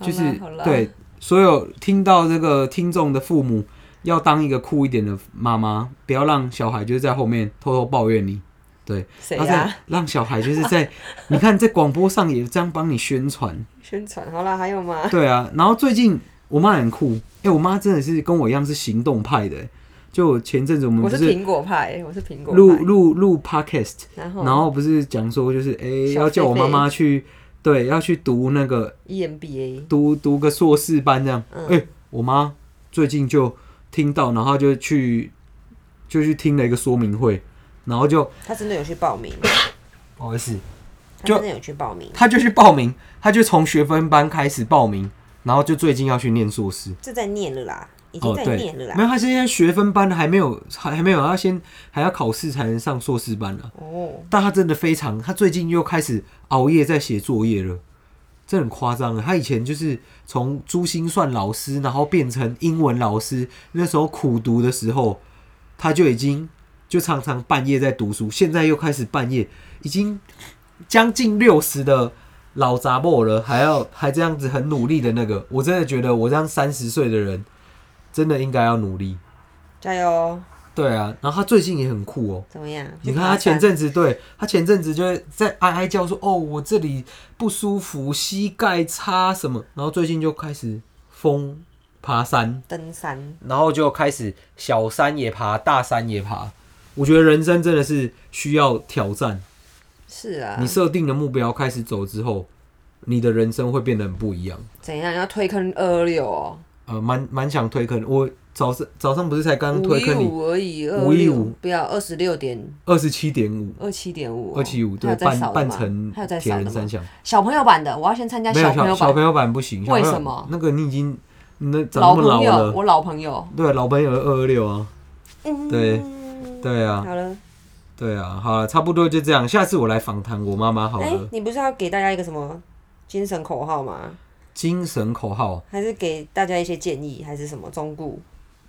[SPEAKER 3] 好
[SPEAKER 2] 就
[SPEAKER 3] 啦
[SPEAKER 2] 是
[SPEAKER 3] 好啦
[SPEAKER 2] 对所有听到这个听众的父母，要当一个酷一点的妈妈，不要让小孩就是在后面偷偷抱怨你，对，
[SPEAKER 3] 谁啊
[SPEAKER 2] 要
[SPEAKER 3] 呀
[SPEAKER 2] 在？让小孩就是
[SPEAKER 3] *laughs*
[SPEAKER 2] 在你看在广播上也这样帮你宣传，
[SPEAKER 3] 宣传好了，还有吗？
[SPEAKER 2] 对啊，然后最近我妈很酷，哎、我妈真的是跟我一样是行动派的、嗯就我前阵子我们
[SPEAKER 3] 我
[SPEAKER 2] 不
[SPEAKER 3] 是
[SPEAKER 2] 是
[SPEAKER 3] 苹果派，我是苹果
[SPEAKER 2] 录
[SPEAKER 3] 派。
[SPEAKER 2] 录录 podcast。
[SPEAKER 3] 然
[SPEAKER 1] 哦
[SPEAKER 3] 后
[SPEAKER 2] 然后不是讲说就是哎、诶
[SPEAKER 3] 小
[SPEAKER 2] 要叫我
[SPEAKER 3] 狒狒
[SPEAKER 2] 妈妈去，对，要去读那个
[SPEAKER 3] E EMBA
[SPEAKER 2] 读读个硕士班这样。哎、
[SPEAKER 1] 嗯
[SPEAKER 2] 我妈最近就听到，然后就去就去听了一个说明会，然后就
[SPEAKER 1] 他真的有去报名，
[SPEAKER 2] 不好意思，
[SPEAKER 1] 他
[SPEAKER 2] 就
[SPEAKER 1] 真的有去报名。
[SPEAKER 2] 她就去报名，她就从学分班开始报名，然后就最近要去念硕士。
[SPEAKER 1] 这在念了啦，已经
[SPEAKER 2] 哦，
[SPEAKER 1] 在
[SPEAKER 2] 对，
[SPEAKER 1] 念了啦。
[SPEAKER 2] 没有，他现在学分班还没有，还还没有，他先还要考试才能上硕士班呢、啊。
[SPEAKER 1] 哦，
[SPEAKER 2] 但他真的非常，他最近又开始熬夜在写作业了，这很夸张啊！他以前就是从珠心算老师，然后变成英文老师，那时候苦读的时候，他就已经就常常半夜在读书，现在又开始半夜，已经将近六十的老杂货了，还要还这样子很努力的那个，我真的觉得我这样三十岁的人，真的应该要努力。
[SPEAKER 1] 加油！哦
[SPEAKER 2] 对啊，然后他最近也很酷哦、
[SPEAKER 1] 怎么样？
[SPEAKER 2] 你看他前阵子，对他前阵子就会在哀哀叫说：“哦，我这里不舒服，膝盖擦什么。”然后最近就开始疯爬山，
[SPEAKER 1] 登山，
[SPEAKER 2] 然后就开始小山也爬，大山也爬。我觉得人生真的是需要挑战。
[SPEAKER 1] 是啊
[SPEAKER 2] 你，设定的目标开始走之后，你的人生会变得很不一样。
[SPEAKER 1] 怎样要推坑二二六哦？
[SPEAKER 2] 呃，蛮蛮想推坑，我早上早上不是才刚
[SPEAKER 1] 五
[SPEAKER 2] 推
[SPEAKER 1] 一
[SPEAKER 2] 坑你
[SPEAKER 1] 五而已，二
[SPEAKER 2] 515
[SPEAKER 1] 不要二十六点
[SPEAKER 2] 二十七点五，
[SPEAKER 1] 二七点五，
[SPEAKER 2] 二七五
[SPEAKER 1] 还
[SPEAKER 2] 对
[SPEAKER 1] 有在
[SPEAKER 2] 半
[SPEAKER 1] 少的
[SPEAKER 2] 半
[SPEAKER 1] 吗
[SPEAKER 2] 程
[SPEAKER 1] 还有在
[SPEAKER 2] 铁
[SPEAKER 1] 少
[SPEAKER 2] 人
[SPEAKER 1] 的
[SPEAKER 2] 三
[SPEAKER 1] 吗？
[SPEAKER 2] 项。
[SPEAKER 1] 小朋友版的，我要先参加
[SPEAKER 2] 没有
[SPEAKER 1] 朋友
[SPEAKER 2] 小
[SPEAKER 1] 版
[SPEAKER 2] 朋。友版不行，小
[SPEAKER 1] 为
[SPEAKER 2] 朋友
[SPEAKER 1] 什么
[SPEAKER 2] 那个你已经那
[SPEAKER 1] 老
[SPEAKER 2] 长那么
[SPEAKER 1] 朋友，
[SPEAKER 2] 了，
[SPEAKER 1] 我老朋友。
[SPEAKER 2] 对，老朋友二二六啊，
[SPEAKER 1] 嗯，
[SPEAKER 2] 对对啊，
[SPEAKER 1] 好了，
[SPEAKER 2] 对啊，好了，差不多就这样。下次我来访谈我妈妈好
[SPEAKER 1] 哎、
[SPEAKER 2] 了。
[SPEAKER 1] 你不是要给大家一个什么精神口号吗？
[SPEAKER 2] 精神口号，
[SPEAKER 1] 还是给大家一些建议，还是什么忠固？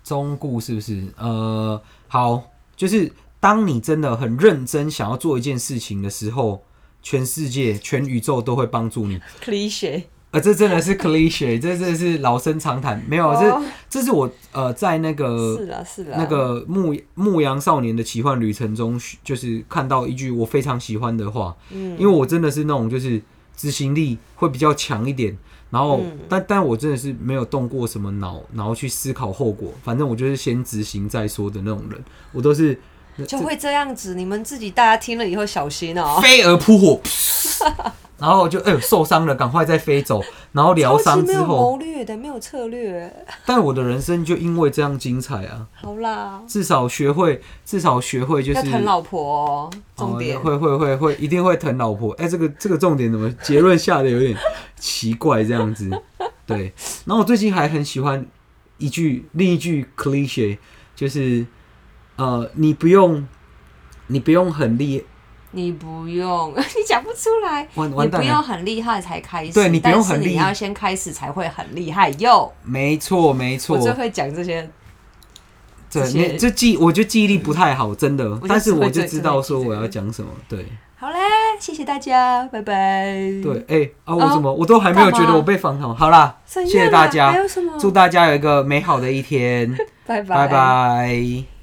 [SPEAKER 2] 中顾是不是？呃，好，就是当你真的很认真想要做一件事情的时候，全世界、全宇宙都会帮助你。
[SPEAKER 1] cliche
[SPEAKER 2] 呃，这真的是 cliche，这真的是老生常谈。没有，
[SPEAKER 1] 哦
[SPEAKER 2] 这这是我呃在那个
[SPEAKER 1] 是啦是啦，
[SPEAKER 2] 那个牧牧羊少年的奇幻旅程中，就是看到一句我非常喜欢的话，嗯，因为我真的是那种就是执行力会比较强一点，然后、
[SPEAKER 1] 嗯
[SPEAKER 2] 但但我真的是没有动过什么脑，然后去思考后果，反正我就是先执行再说的那种人，我都是
[SPEAKER 1] 就会这样子，你们自己大家听了以后小心哦、
[SPEAKER 2] 飞蛾扑火，然后就哎、呦受伤了，赶快再飞走，然后
[SPEAKER 1] 超
[SPEAKER 2] 疗
[SPEAKER 1] 级哦
[SPEAKER 2] 伤
[SPEAKER 1] 没
[SPEAKER 2] 之
[SPEAKER 1] 有
[SPEAKER 2] 后，
[SPEAKER 1] 谋略的，没有策略。
[SPEAKER 2] 但我的人生就因为这样精彩啊，
[SPEAKER 1] 好啦，
[SPEAKER 2] 至少学会，至少学会就是
[SPEAKER 1] 要疼老婆哦、重点。
[SPEAKER 2] 哦、会会会会，一定会疼老婆。哎、这个这个重点怎么结论下的有点奇怪这样子？对。然后我最近还很喜欢一句另一句 cliche，就是呃，你不用你不用很厉，
[SPEAKER 1] 你不用， *laughs* 你讲不出来。
[SPEAKER 2] 完
[SPEAKER 1] 你
[SPEAKER 2] 完蛋
[SPEAKER 1] 不
[SPEAKER 2] 了
[SPEAKER 1] 用很厉害才开始，
[SPEAKER 2] 对你不用很
[SPEAKER 1] 但是
[SPEAKER 2] 厉
[SPEAKER 1] 你
[SPEAKER 2] 害
[SPEAKER 1] 要先开始才会很厉害哟。
[SPEAKER 2] 没错没
[SPEAKER 1] 我最
[SPEAKER 2] 错，
[SPEAKER 1] 会讲这些，
[SPEAKER 2] 对，
[SPEAKER 3] 这些
[SPEAKER 2] 你这记我就记忆力不太好，真的
[SPEAKER 3] 就，
[SPEAKER 2] 但是
[SPEAKER 3] 只会
[SPEAKER 2] 我就
[SPEAKER 3] 这
[SPEAKER 2] 知
[SPEAKER 3] 只
[SPEAKER 2] 道
[SPEAKER 3] 会记
[SPEAKER 2] 说
[SPEAKER 3] 这
[SPEAKER 2] 我
[SPEAKER 3] 个
[SPEAKER 2] 要讲什么，对。
[SPEAKER 1] 好嘞，谢谢大家，拜拜。
[SPEAKER 2] 对，哎、啊，我怎么、我都还没有
[SPEAKER 1] 嗯哦
[SPEAKER 2] 觉
[SPEAKER 1] 干
[SPEAKER 2] 得
[SPEAKER 1] 嘛
[SPEAKER 2] 我被访谈，好啦，
[SPEAKER 1] 怎
[SPEAKER 2] 谢
[SPEAKER 1] 样啊
[SPEAKER 2] 谢大
[SPEAKER 1] 还
[SPEAKER 2] 家
[SPEAKER 1] 有什么，
[SPEAKER 2] 祝大家有一个美好的一天，
[SPEAKER 1] *laughs* 拜拜
[SPEAKER 2] 拜拜。